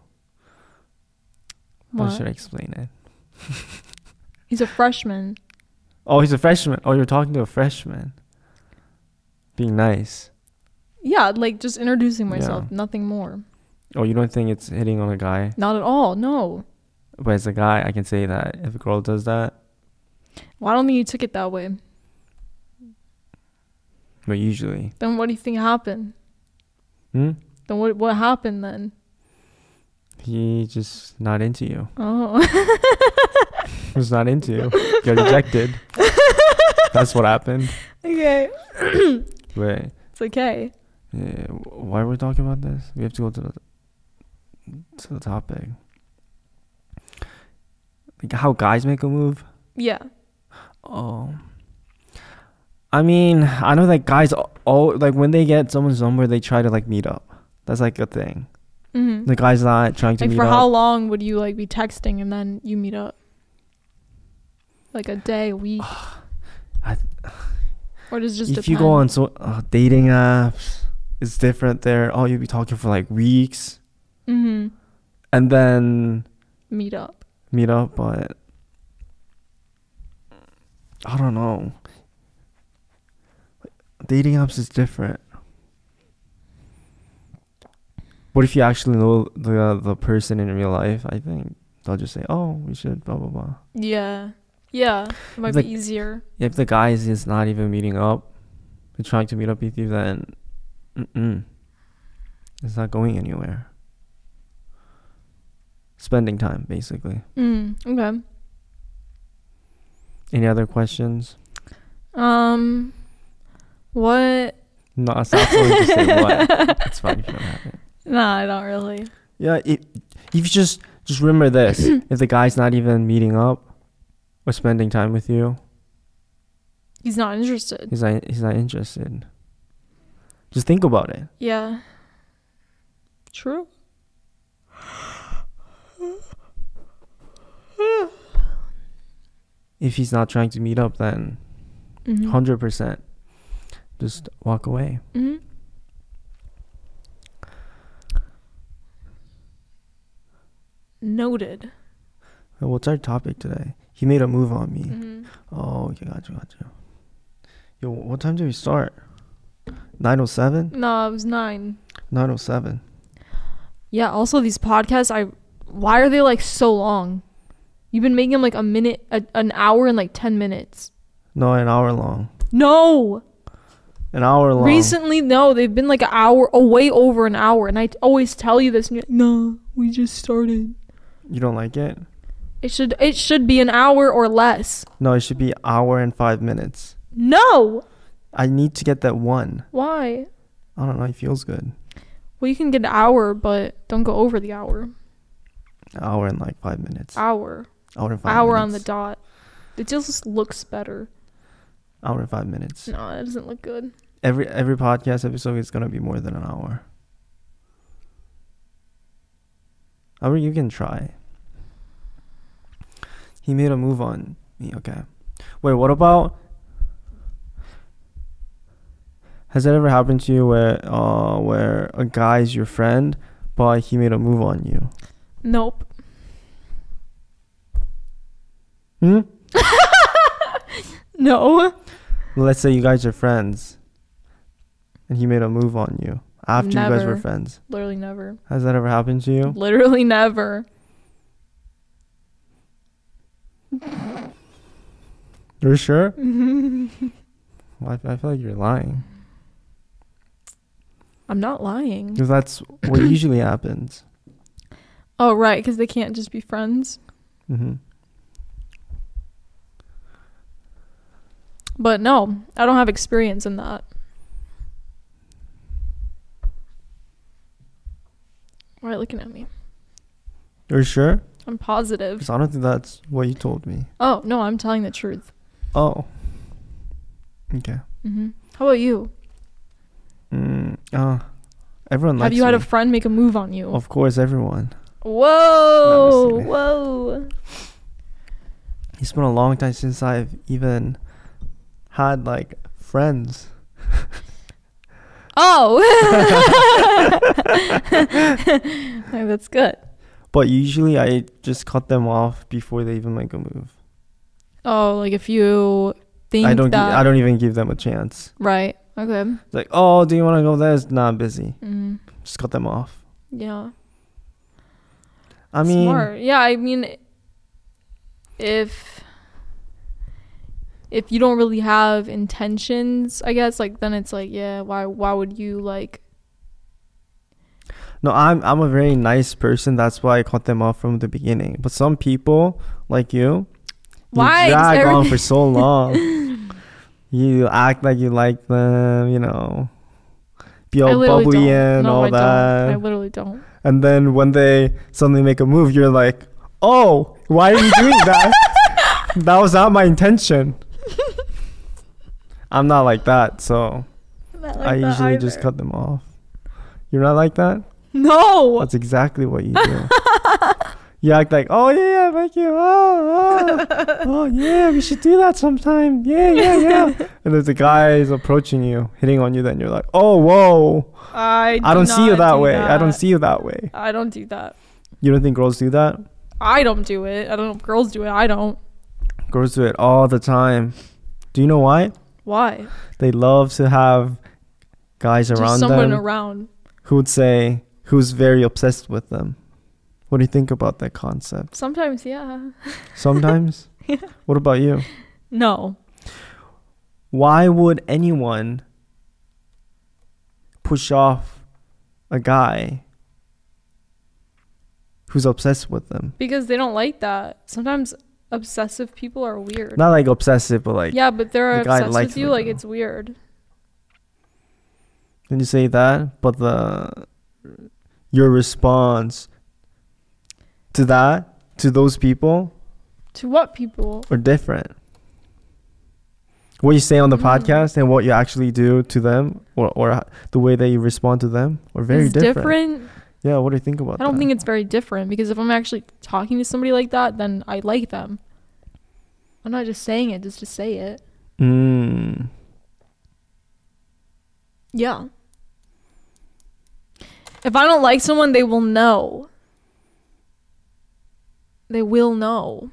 B: What?
A: should I explain it?
B: He's a freshman.
A: Oh, he's a freshman. Oh, you're talking to a freshman. Being nice.
B: Yeah, like just introducing
A: Yeah.
B: myself, nothing more.
A: Oh, you don't think it's hitting on a guy?
B: Not at all. No.
A: But as a guy, I can say that if a girl does that,
B: Well, I don't think you took it that way.
A: but usually,
B: Then what do you think happened?
A: hmm?
B: Then what what happened then?
A: he just not into you.
B: Oh.
A: He's not into you. Got rejected. That's what happened.
B: okay.
A: Wait,
B: It's okay.
A: yeah, uh, why are we talking about this? We have to go to the to the topic. Like how guys make a move.
B: Yeah.
A: Oh. I mean, I know that guys al- all like when they get someone's number, they try to like meet up. That's like a thing.
B: hmm
A: The guy's not trying to
B: Like
A: meet
B: for
A: up.
B: how long would you like be texting and then you meet up? Like a day, a week.
A: I-
B: or does it just
A: if
B: depend?
A: you go on so uh, dating apps, it's different there. Oh, you'll be talking for like weeks
B: hmm
A: and then
B: meet up.
A: meet up, but I don't know. Dating apps is different. What if you actually know the uh, the person in real life? I think they'll just say, "Oh, we should blah blah blah."
B: Yeah. Yeah. It might
A: It's
B: be
A: like-
B: easier.
A: If the guy is just not even meeting up, they're trying to meet up with you, then mm-mm, it's not going anywhere. Spending time, basically.
B: Mm, okay.
A: Any other questions?
B: Um what
A: No, it's not for you to say what. It's fine if you don't have it.
B: Nah, I don't really.
A: Yeah, it, if you just just remember this: if the guy's not even meeting up or spending time with you,
B: He's not interested.
A: he's not he's not interested. Just think about it.
B: Yeah. True.
A: If he's not trying to meet up, then
B: Mm-hmm.
A: hundred percent, just walk away.
B: hmm Noted.
A: Uh, What's our topic today? He made a move on me.
B: hmm
A: Oh, okay, gotcha, gotcha. Yo, what time did we start? Nine oh seven.
B: No, it was nine.
A: Nine oh seven.
B: Yeah. Also, these podcasts, I why are they like so long? You've been making them like a minute, a, an hour, and like ten minutes.
A: No, an hour long.
B: No.
A: An hour long.
B: Recently, no, they've been like an hour, oh, way over an hour, and I t- always tell you this. And you're like, no, we just started.
A: You don't like it?
B: It should it should be an hour or less.
A: No, it should be hour and five minutes.
B: No.
A: I need to get that one.
B: Why?
A: I don't know. It feels good.
B: Well, you can get an hour, but don't go over the hour.
A: Hour and like five minutes.
B: Hour.
A: Hour and five.
B: hour on the
A: minutes.
B: dot. It just looks better.
A: Hour and five minutes.
B: No, that doesn't look good.
A: Every every podcast episode is gonna be more than an hour. I mean, you can try. He made a move on me. Okay. Wait, what about? Has that ever happened to you where uh where a guy's your friend, but he made a move on you?
B: Nope.
A: Hmm.
B: No.
A: Let's say you guys are friends, and he made a move on you after you guys were
B: Never.
A: friends.
B: Literally never.
A: Has that ever happened to you?
B: Literally never.
A: You're sure? Well, I, I feel like you're lying
B: I'm not lying.
A: because that's what usually happens.
B: Oh, right, because they can't just be friends.
A: hmm
B: But no, I don't have experience in that. Why are you looking at me?
A: You're sure?
B: I'm positive.
A: Because I don't think that's what you told me.
B: Oh, no, I'm telling the truth.
A: Oh. Okay.
B: hmm How about you?
A: Mm, uh, everyone likes
B: have you had a
A: me.
B: friend make a move on you?
A: of course, everyone.
B: Whoa,
A: Not necessarily.
B: whoa.
A: It's been a long time since I've even had like friends.
B: Oh. Hey, That's good.
A: But usually I just cut them off before they even make a move.
B: Oh, like if you think
A: I don't. gi-
B: that
A: I don't e-, even give them a chance.
B: right. Okay.
A: It's like, oh, do you want to go there? It's not busy.
B: Mm,
A: Just cut them off.
B: yeah.
A: I mean,
B: Smart. yeah, I mean if if you don't really have intentions, I guess like then it's like, yeah, why why would you like
A: No, I'm I'm a very nice person. That's why I cut them off from the beginning. But some people, like you,
B: why
A: you
B: does
A: drag on
B: every-
A: for so long. you act like you like them, you know, be
B: I
A: all
B: literally
A: bubbly
B: don't.
A: and
B: no,
A: all
B: I
A: that.
B: Don't. I literally don't.
A: and then when they suddenly make a move, you're like, "Oh, why are you doing that? that was not my intention." I'm not like that, so I usually just cut them off. You're not like that.
B: No.
A: That's exactly what you do. you act like, oh yeah, yeah, thank you. Oh, oh, oh yeah, we should do that sometime. Yeah, yeah, yeah. and if the guy is approaching you, hitting on you, then you're like, oh whoa,
B: I, do
A: I don't see you
B: not
A: that
B: do
A: way. I don't
B: that.
A: see you that way.
B: I don't do that.
A: You don't think girls do that?
B: I don't do it. I don't know if girls do it. I don't.
A: Girls do it all the time. Do you know why?
B: Why?
A: They love to have guys
B: Just
A: around
B: someone
A: them
B: around.
A: who would say,
C: who's very obsessed with them. What do you think about that concept?
B: Sometimes, yeah.
C: Sometimes?
B: Yeah.
C: What about you?
B: No.
C: Why would anyone push off a guy who's obsessed with them?
B: Because they don't like that. Sometimes obsessive people are weird.
C: Not like obsessive, but like,
B: yeah, but they're
C: the guy
B: obsessed
C: likes
B: with you
C: it,
B: like
C: though.
B: it's weird.
C: did you say that? But the your response to that to those people
B: To what people?
C: are different. What you say on the
B: Mm.
C: podcast and what you actually do to them, or or h- the way that you respond to them, are very
B: it's
C: different.
B: different.
C: Yeah, what do you think about
B: I don't
C: that?
B: think it's very different because if I'm actually talking to somebody like that, then I like them. I'm not just saying it just to say it.
C: Mm.
B: Yeah. If I don't like someone, they will know. They will know.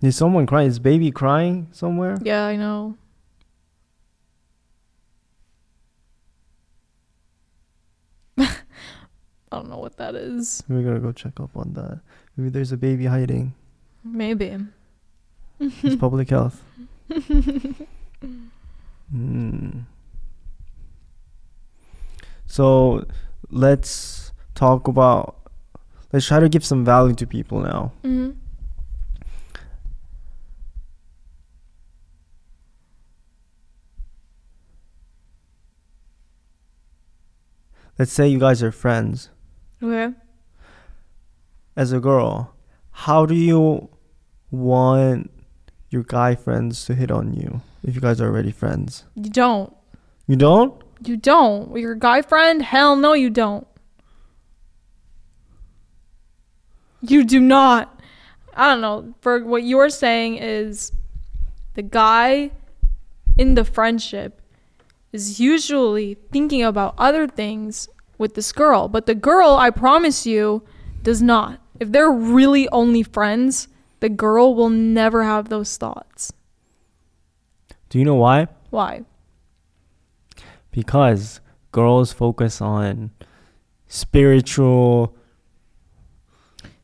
C: Is someone crying? Is baby crying somewhere?
B: Yeah, I know. I don't know what that is.
C: We gotta go check up on that. Maybe there's a baby hiding.
B: Maybe.
C: It's public health. mm. So let's talk about. Let's try to give some value to people now.
B: hmm
C: Let's say you guys are friends.
B: Okay.
C: As a girl, how do you want your guy friends to hit on you if you guys are already friends?
B: You don't.
C: You don't?
B: You don't. With Your guy friend? Hell no, you don't. You do not. I don't know. Berg, what you're saying is the guy in the friendship is usually thinking about other things with this girl, but the girl, I promise you, does not. If they're really only friends, the girl will never have those thoughts.
A: Do you know why?
B: Why?
A: Because girls focus on spiritual.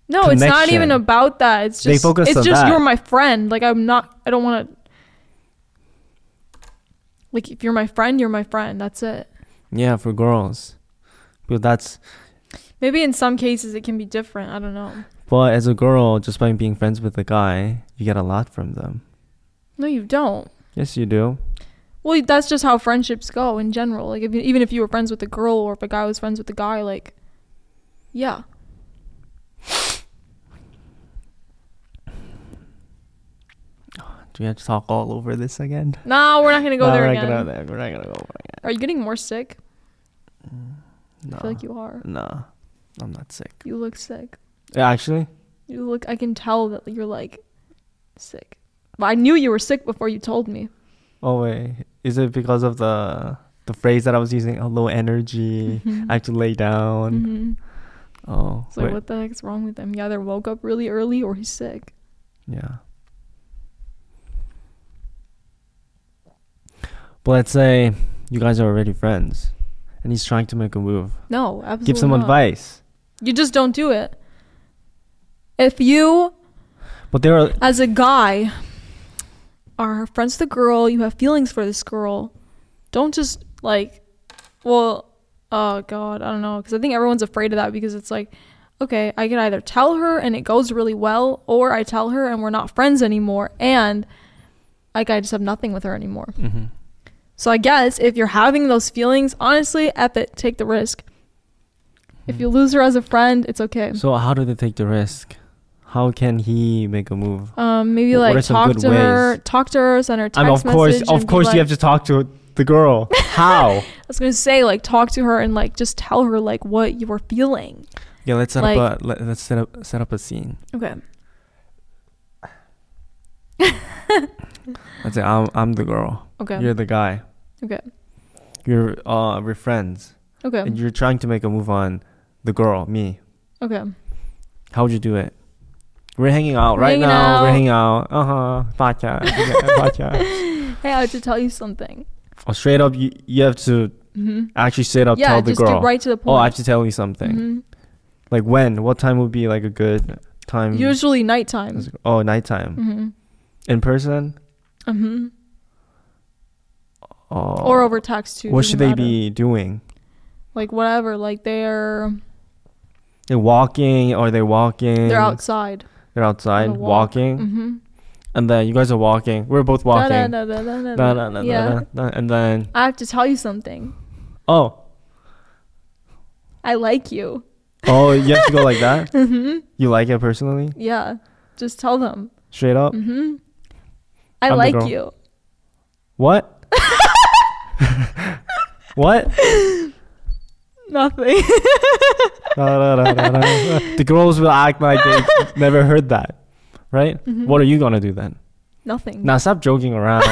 B: No, it's not
A: connection.
B: even about that. It's just
A: They focus
B: it's
A: on
B: just
A: that.
B: you're my friend. Like I'm not I don't want to Like if you're my friend, you're my friend. That's it.
A: Yeah, for girls. But that's
B: Maybe in some cases it can be different. I don't know.
A: but as a girl, just by being friends with a guy, you get a lot from them.
B: No, you don't.
A: Yes, you do.
B: Well, that's just how friendships go in general. Like if you, even if you were friends with a girl or if a guy was friends with a guy like yeah.
A: Do we have to talk all over this again?
B: No, we're not going to go
A: No,
B: there
A: we're
B: again.
A: Not gonna, we're not gonna go over it.
B: Are you getting more sick?
A: No.
B: I feel like you are.
A: no, I'm not sick.
B: You look sick.
A: Yeah, actually,
B: You look I can tell that you're like sick. But I knew you were sick before you told me.
A: oh wait, is it because of the the phrase that I was using? A low energy. I have to lay down.
B: Mhm.
A: Oh,
B: Mm-hmm. It's like,
A: wait.
B: what the heck's wrong with him? He either woke up really early or he's sick.
A: Yeah. But let's say you guys are already friends, and he's trying to make a move.
B: No, absolutely.
A: Give some
B: not.
A: advice.
B: You just don't do it. If you,
A: But there are
B: as a guy, are friends with a girl, you have feelings for this girl, don't just like, well, oh God, I don't know. Because I think everyone's afraid of that because it's like, okay, I can either tell her and it goes really well, or I tell her and we're not friends anymore, and like I just have nothing with her anymore.
A: mm-hmm.
B: So I guess if you're having those feelings, honestly, F it, take the risk. If you lose her as a friend, it's okay.
A: Mm-hmm. so how do they take the risk? How can he make a move?
B: Um, maybe
A: Wh- what are
B: like
A: some
B: talk
A: good
B: to her,
A: ways?
B: talk to her, send her a text
A: I'm of course,
B: message
A: of
B: and be
A: course,
B: like-
A: you have to talk to the girl. How?
B: I was gonna say like talk to her and like just tell her like what you were feeling.
A: yeah, let's set
B: Like-
A: up a let, let's set up set up a scene.
B: Okay.
A: Let's say I'm I'm the girl.
B: Okay.
A: You're the guy.
B: Okay.
A: You're uh we're friends,
B: Okay.
A: and you're trying to make a move on the girl, me.
B: Okay.
A: How would you do it? We're hanging out
B: We're
A: right
B: hanging
A: now. We're
B: out.
A: hanging out. Uh huh. Podcast. Yeah, podcast.
B: Hey, I have to tell you something.
A: Or straight up, Oh, you, you have to
B: hmm
A: Actually, straight up
B: Yeah,
A: tell the
B: just
A: girl.
B: get right to the
A: oh,
B: point.
A: I have to tell you something.
B: Mhm.
A: Like when? What time would be like a good time?
B: Usually nighttime.
A: Oh, nighttime.
B: Mm-hmm.
A: In person.
B: hmm
A: Oh.
B: Or over text too.
A: What
B: doesn't
A: should they
B: matter.
A: be doing?
B: Like whatever. Like they're
A: They're walking. Or they walking?
B: they're outside.
A: They're outside
B: On a walk.
A: walking,
B: Mm-hmm.
A: and then you guys are walking. We're both walking. Da, da, da, da,
B: Yeah.
A: da, da, And then
B: I have to tell you something.
A: oh
B: I like you.
A: oh you have to go like that.
B: hmm
A: You like it personally,
B: Yeah. Just tell them.
A: straight up.
B: hmm I
A: I'm the
B: like
A: girl.
B: you.
A: What? what?
B: Nothing.
A: Da, da, da, da, da. The girls will act like they never heard that, right?
B: Mhm.
A: What are you gonna do then?
B: Nothing.
A: Now stop joking around.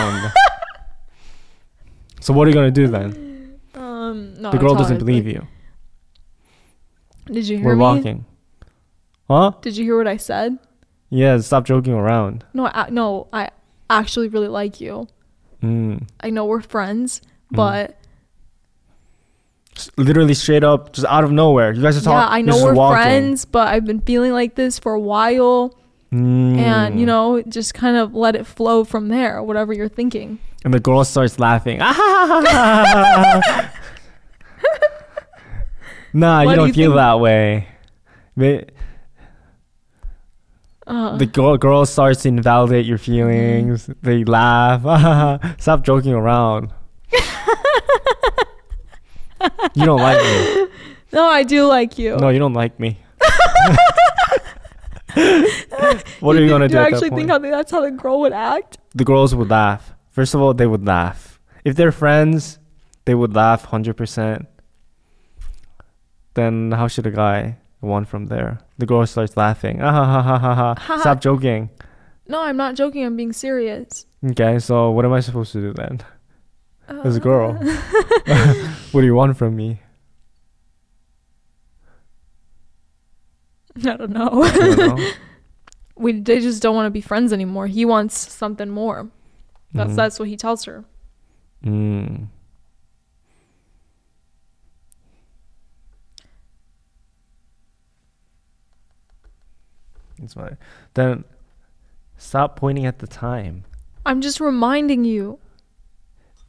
A: so what are you gonna do then?
B: Um, no,
A: the
B: I
A: girl
B: tell
A: doesn't
B: her,
A: believe
B: like,
A: you.
B: Did you hear
A: We're
B: me?
A: walking. Huh?
B: Did you hear what I said?
A: Yeah. Stop joking around.
B: No, I, no, I actually really like you.
A: Mm.
B: I know we're friends,
A: Mm.
B: but
A: S- literally straight up, just out of nowhere. You guys are talking.
B: yeah, I know we're friends, but I've been feeling like this for a while,
A: Mm.
B: and you know, just kind of let it flow from there. Whatever you're thinking.
A: And the girl starts laughing. nah,
B: What
A: you
B: do
A: don't
B: you
A: feel
B: think?
A: that way. Ma-
B: Uh,
A: The girl girl starts to invalidate your feelings.
B: Mm.
A: They laugh. Stop joking around. you don't like me.
B: no, I do like you.
A: No, you don't like me. what are you
B: think-
A: gonna do?
B: Do you
A: at
B: actually
A: that
B: think
A: point?
B: how that's how the girl would act?
A: the girls would laugh. First of all, they would laugh. If they're friends, they would laugh 100%. Then how should a guy want from there? The girl starts laughing. Ah, ha, ha, ha, ha, ha. Stop joking.
B: No, I'm not joking. I'm being serious.
A: Okay, so what am I supposed to do then?
B: Uh,
A: As a girl, what do you want from me?
B: I don't know.
A: I don't know. Mm-hmm.
B: we they just don't want to be friends anymore. He wants something more. That's
A: Mhm.
B: that's what he tells her.
A: Mm. It's fine. Then stop pointing at the time.
B: I'm just reminding you.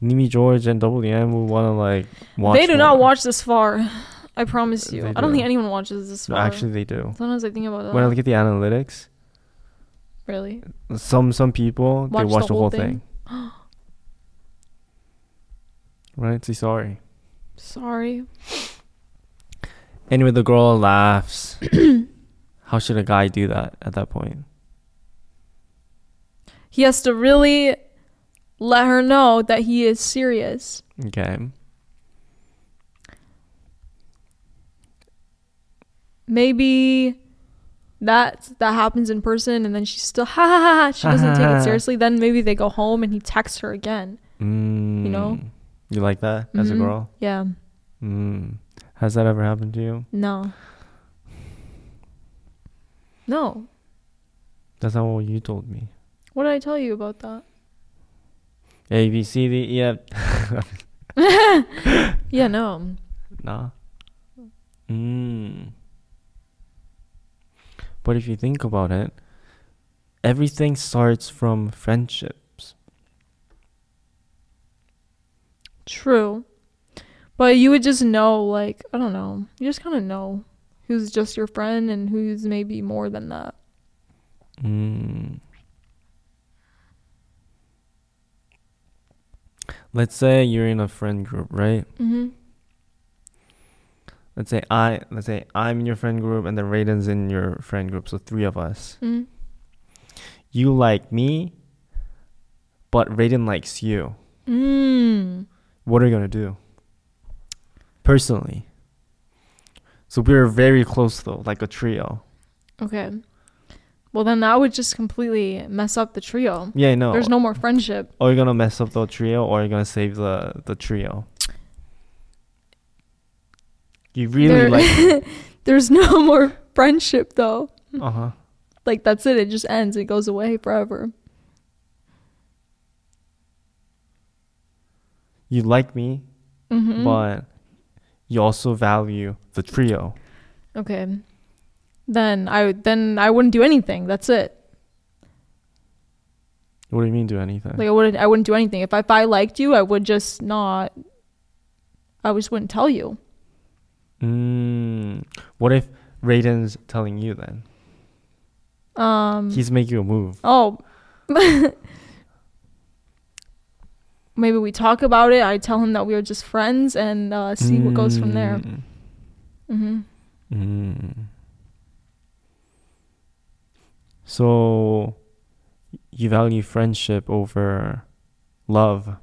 A: Nimi George and WM will want to like watch.
B: they do not
A: more.
B: watch this far. I promise you.
A: They
B: I don't
A: do.
B: think anyone watches this
A: No,
B: far.
A: actually, they do.
B: sometimes I think about that.
A: When I look at the analytics,
B: really?
A: some some people they watch the, whole thing. right? See, sorry.
B: Sorry.
A: Anyway, the girl laughs. How should a guy do that at that point?
B: He has to really let her know that he is serious.
A: Okay.
B: Maybe that that happens in person and then she's still ha ha ha, ha she doesn't take it seriously then maybe they go home and he texts her again
A: Mm.
B: know?
A: You like that as a
B: Mhm.
A: girl?
B: yeah
A: Mm. Has that ever happened to you?
B: no no
A: That's not what you told me.
B: What did I tell you about that?
A: A B C D E F.
B: Yeah, no.
A: Nah. Mm. But if you think about it, everything starts from friendships.
B: True. But you would just know, like, I don't know. You just kind of know who's just your friend and who's maybe more than that.
A: Mm. Let's say you're in a friend group, right?
B: Mm-hmm.
A: Let's say I let's say I'm in your friend group and then Raiden's in your friend group, so three of us.
B: mm
A: You like me, but Raiden likes you.
B: Mm.
A: What are you gonna do? Personally. So we were very close though, like a trio.
B: Okay. Well, then that would just completely mess up the trio.
A: Yeah, no.
B: There's no more friendship.
A: Are you gonna mess up the trio or are you gonna save the the trio? You really
B: There-
A: like
B: There's no more friendship, though.
A: uh huh.
B: Like, that's it. It just ends. It goes away forever.
A: You like me,
B: Mm-hmm.
A: but you also value the trio.
B: okay, then I would- then I wouldn't do anything. That's it.
A: What do you mean do anything?
B: Like I wouldn't I wouldn't do anything. If I, if I liked you, I would just not. I just wouldn't tell you.
A: mm, what if Raiden's telling you then?
B: Um.
A: He's making a move.
B: Oh. Maybe we talk about it. I tell him that we are just friends and uh, see what goes from there.
A: Mm,
B: hmm
A: mm. So you value friendship over love.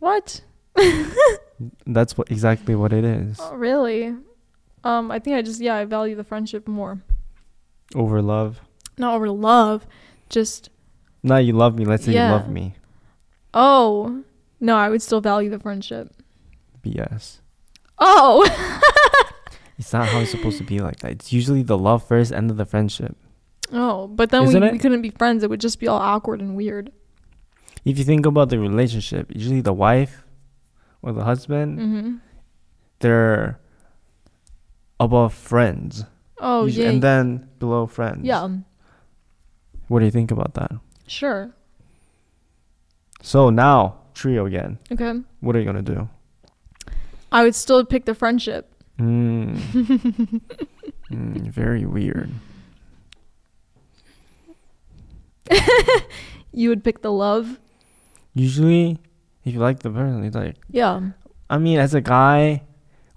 B: What?
A: That's what exactly what it is.
B: Oh, really? Um, I think I just yeah I value the friendship more,
A: Over love.
B: not over love. Just
A: Now you love me. Let's say
B: Yeah.
A: you love me.
B: oh no, I would still value the friendship.
A: BS.
B: Oh,
A: It's not how it's supposed to be like that. It's usually the love first, end of the friendship.
B: oh, but then we,
A: Isn't it?
B: we couldn't be friends. It would just be all awkward and weird.
A: If you think about the relationship, usually the wife or the husband,
B: Mm-hmm.
A: they're above friends.
B: Oh
A: Usu-
B: yeah,
A: And then below friends.
B: yeah,
A: What do you think about that?
B: sure,
A: So now, trio again.
B: okay.
A: What are you going to do?
B: I would still pick the friendship.
A: Mm. Mm, very weird.
B: You would pick the love.
A: Usually, if you like the person, it's like,
B: Yeah.
A: I mean, as a guy,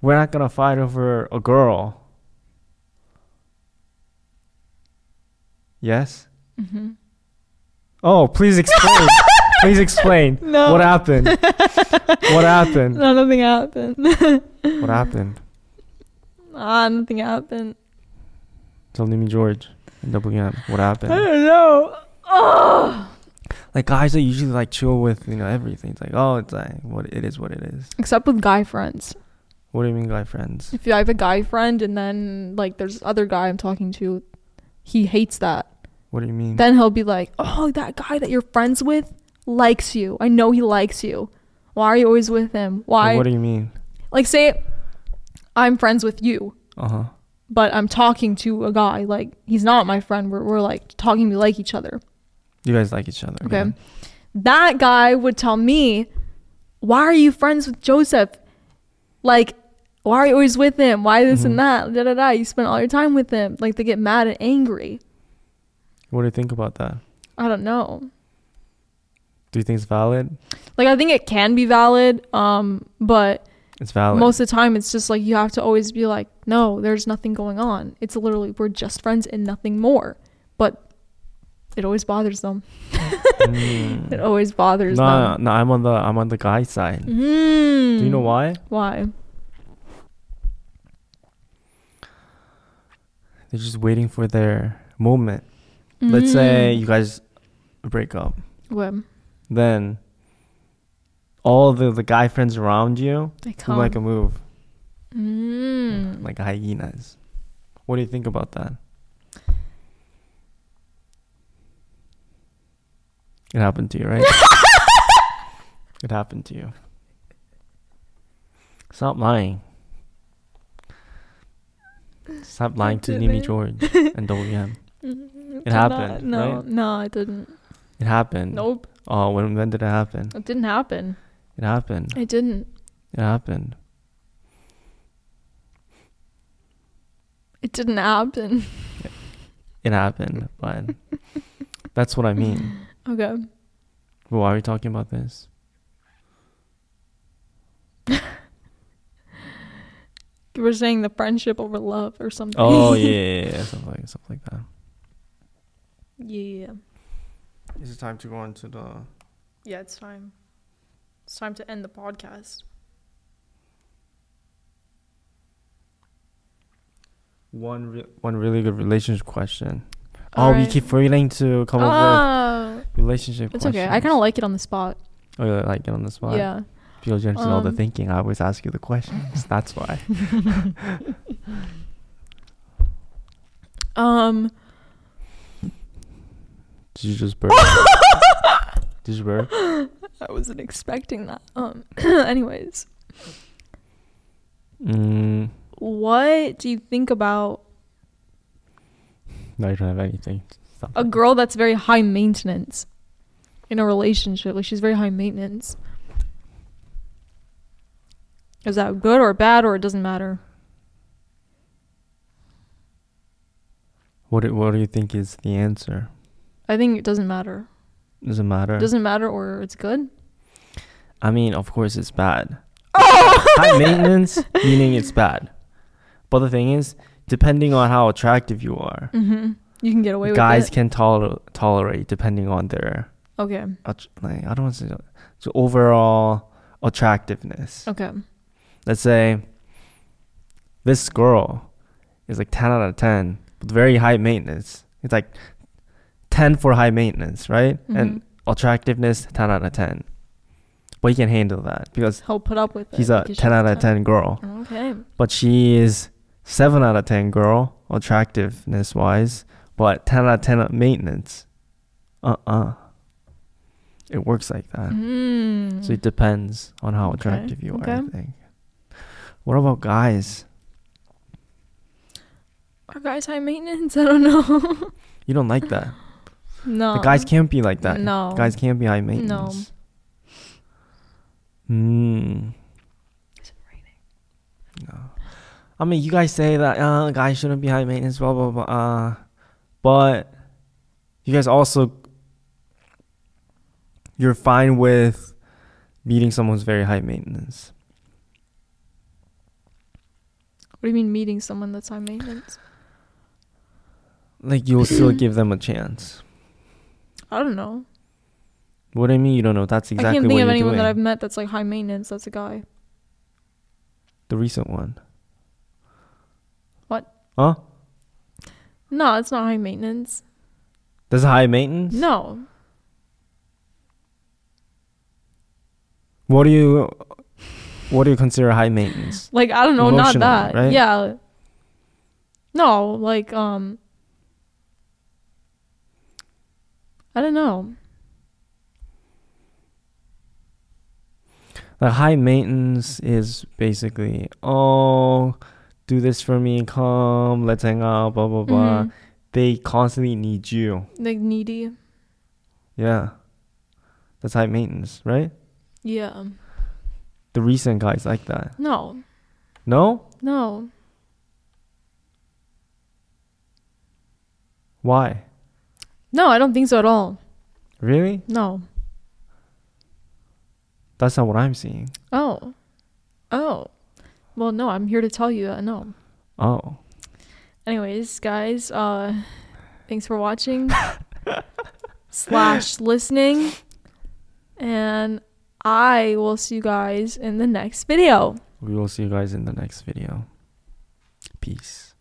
A: we're not gonna fight over a girl. Yes.
B: Mm-hmm.
A: Oh, please explain. please explain.
B: No.
A: What happened? What happened?
B: No, nothing happened.
A: What happened?
B: ah, nothing happened.
A: Tell me, George and WM. What
B: I
A: happened?
B: don't know. Oh.
A: Like guys are usually like chill with you know everything. It's like oh, it's like what it is, what it is.
B: Except with guy friends.
A: What do you mean, guy friends?
B: If I have a guy friend and then like there's this other guy I'm talking to, he hates that.
A: What do you mean?
B: Then he'll be like, "Oh, that guy that you're friends with likes you. I know he likes you. Why are you always with him? Why?"
A: What do you mean?
B: like say I'm friends with you,
A: Uh huh.
B: but I'm talking to a guy like he's not my friend. We're we're like talking we like each other.
A: You guys like each other.
B: Okay. That guy would tell me, Why are you friends with Joseph? Like, why are you always with him? Why this
A: Mhm.
B: and that? Da da da. You spend all your time with him. Like, they get mad and angry.
A: What do you think about that?
B: I don't know.
A: Do you think it's valid?
B: Like, I think it can be valid, um, but
A: It's valid.
B: most of the time it's just like you have to always be like, No, there's nothing going on. It's literally, we're just friends and nothing more. But it always bothers them.
A: Mm.
B: It always bothers
A: No, no,
B: them.
A: no, I'm on the I'm on the guy side.
B: Mm.
A: Do you know why?
B: Why?
A: They're just waiting for their moment. Let's say
B: Mm.
A: you guys break up,
B: What?
A: then all the the guy friends around you
B: They
A: do
B: come.
A: like a move,
B: Mm.
A: like hyenas. What do you think about that? It happened to you, right? it happened to you. Stop lying. Stop lying to Nimi
B: didn't.
A: George and WM. It happened,
B: Mm-hmm. No,
A: right?
B: no, it didn't.
A: It happened.
B: Nope,
A: Oh, when when did it happen?
B: it didn't happen.
A: It happened.
B: It didn't.
A: It happened.
B: It didn't happen.
A: It happened. But that's what I mean.
B: Okay.
A: But why are we talking about this?
B: You were saying the friendship over love or something.
A: Oh yeah, yeah, yeah, yeah, something like something like that.
B: yeah.
C: Is it time to go on to the?
B: Yeah, it's time. It's time to end the podcast.
A: One re- one really good relationship question.
B: All
A: oh,
B: right.
A: we keep forgetting to come up
B: Oh,
A: with relationship.
B: it's okay. I kind of like it on the spot.
A: Oh, you like it on the spot.
B: Yeah.
A: Because you understand all the
B: Um,
A: thinking. I always ask you the questions. That's why.
B: Um.
A: Did you just burp? Did you burp?
B: I wasn't expecting that. Um, anyways,
A: Mm,
B: what do you think about
A: no, you don't have anything. Stop
B: a
A: it.
B: girl that's very high maintenance in a relationship? Like she's very high maintenance. Is that good or bad or it doesn't matter?
A: What do, What do you think is the answer?
B: I think it doesn't matter.
A: Doesn't matter.
B: Doesn't matter or it's good.
A: I mean, of course, it's bad.
B: Oh,
A: High maintenance meaning it's bad. But the thing is, depending on how attractive you are,
B: hmm You can get away
A: guys
B: with
A: can toler- tolerate depending on their
B: it. Okay.
A: att- like I don't want to say so overall attractiveness.
B: Okay. Mm-hmm.
A: let's say this girl is like 10 out of 10 with very high maintenance it's like 10 for high maintenance right and
B: Mhm.
A: attractiveness 10 out of 10 but he can handle that because
B: He'll put up with it.
A: he's a
B: because
A: 10
B: she's
A: out of 10 girl
B: Okay.
A: but she is 7 out of 10 girl attractiveness wise but 10 out of 10 of maintenance uh-uh it works like that
B: Mm.
A: so it depends on how
B: Okay,
A: attractive you are, I
B: okay.
A: think. What about guys?
B: Are guys high maintenance? I don't know.
A: You don't like that.
B: no.
A: the guys can't be like that.
B: Um, No.
A: Guys can't be high maintenance. No. Mm.
B: Is it raining?
A: No. I mean, you guys say that uh, guys shouldn't be high maintenance, blah, blah, blah. Uh, but you guys also, you're fine with meeting someone who's very high maintenance.
B: What do you mean meeting someone that's high maintenance?
A: Like, you'll still give them a chance.
B: I don't know.
A: What do you mean you don't know? That's exactly
B: I can't
A: what
B: think of
A: you're
B: anyone
A: doing.
B: that I've met that's like high maintenance. That's a guy.
A: The recent one.
B: What?
A: Huh?
B: No, it's not high maintenance.
A: That's high maintenance?
B: No.
A: What do you what do you consider high maintenance?
B: Like I don't know, not
A: Emotional,
B: that.
A: right?
B: Yeah. No, like um I don't know.
A: Like high maintenance is basically, oh, do this for me, come, let's hang out, blah blah blah.
B: Mhm.
A: They constantly need you.
B: Like needy.
A: Yeah. That's high maintenance, right?
B: Yeah.
A: The recent guys like that.
B: No.
A: No?
B: No.
A: Why?
B: No, I don't think so at all.
A: Really?
B: No.
A: That's not what I'm seeing.
B: Oh. Oh. Well, no, I'm here to tell you that no.
A: Oh.
B: Anyways, guys, uh thanks for watching slash listening. And I will see you guys in the next video.
A: We will see you guys in the next video. Peace.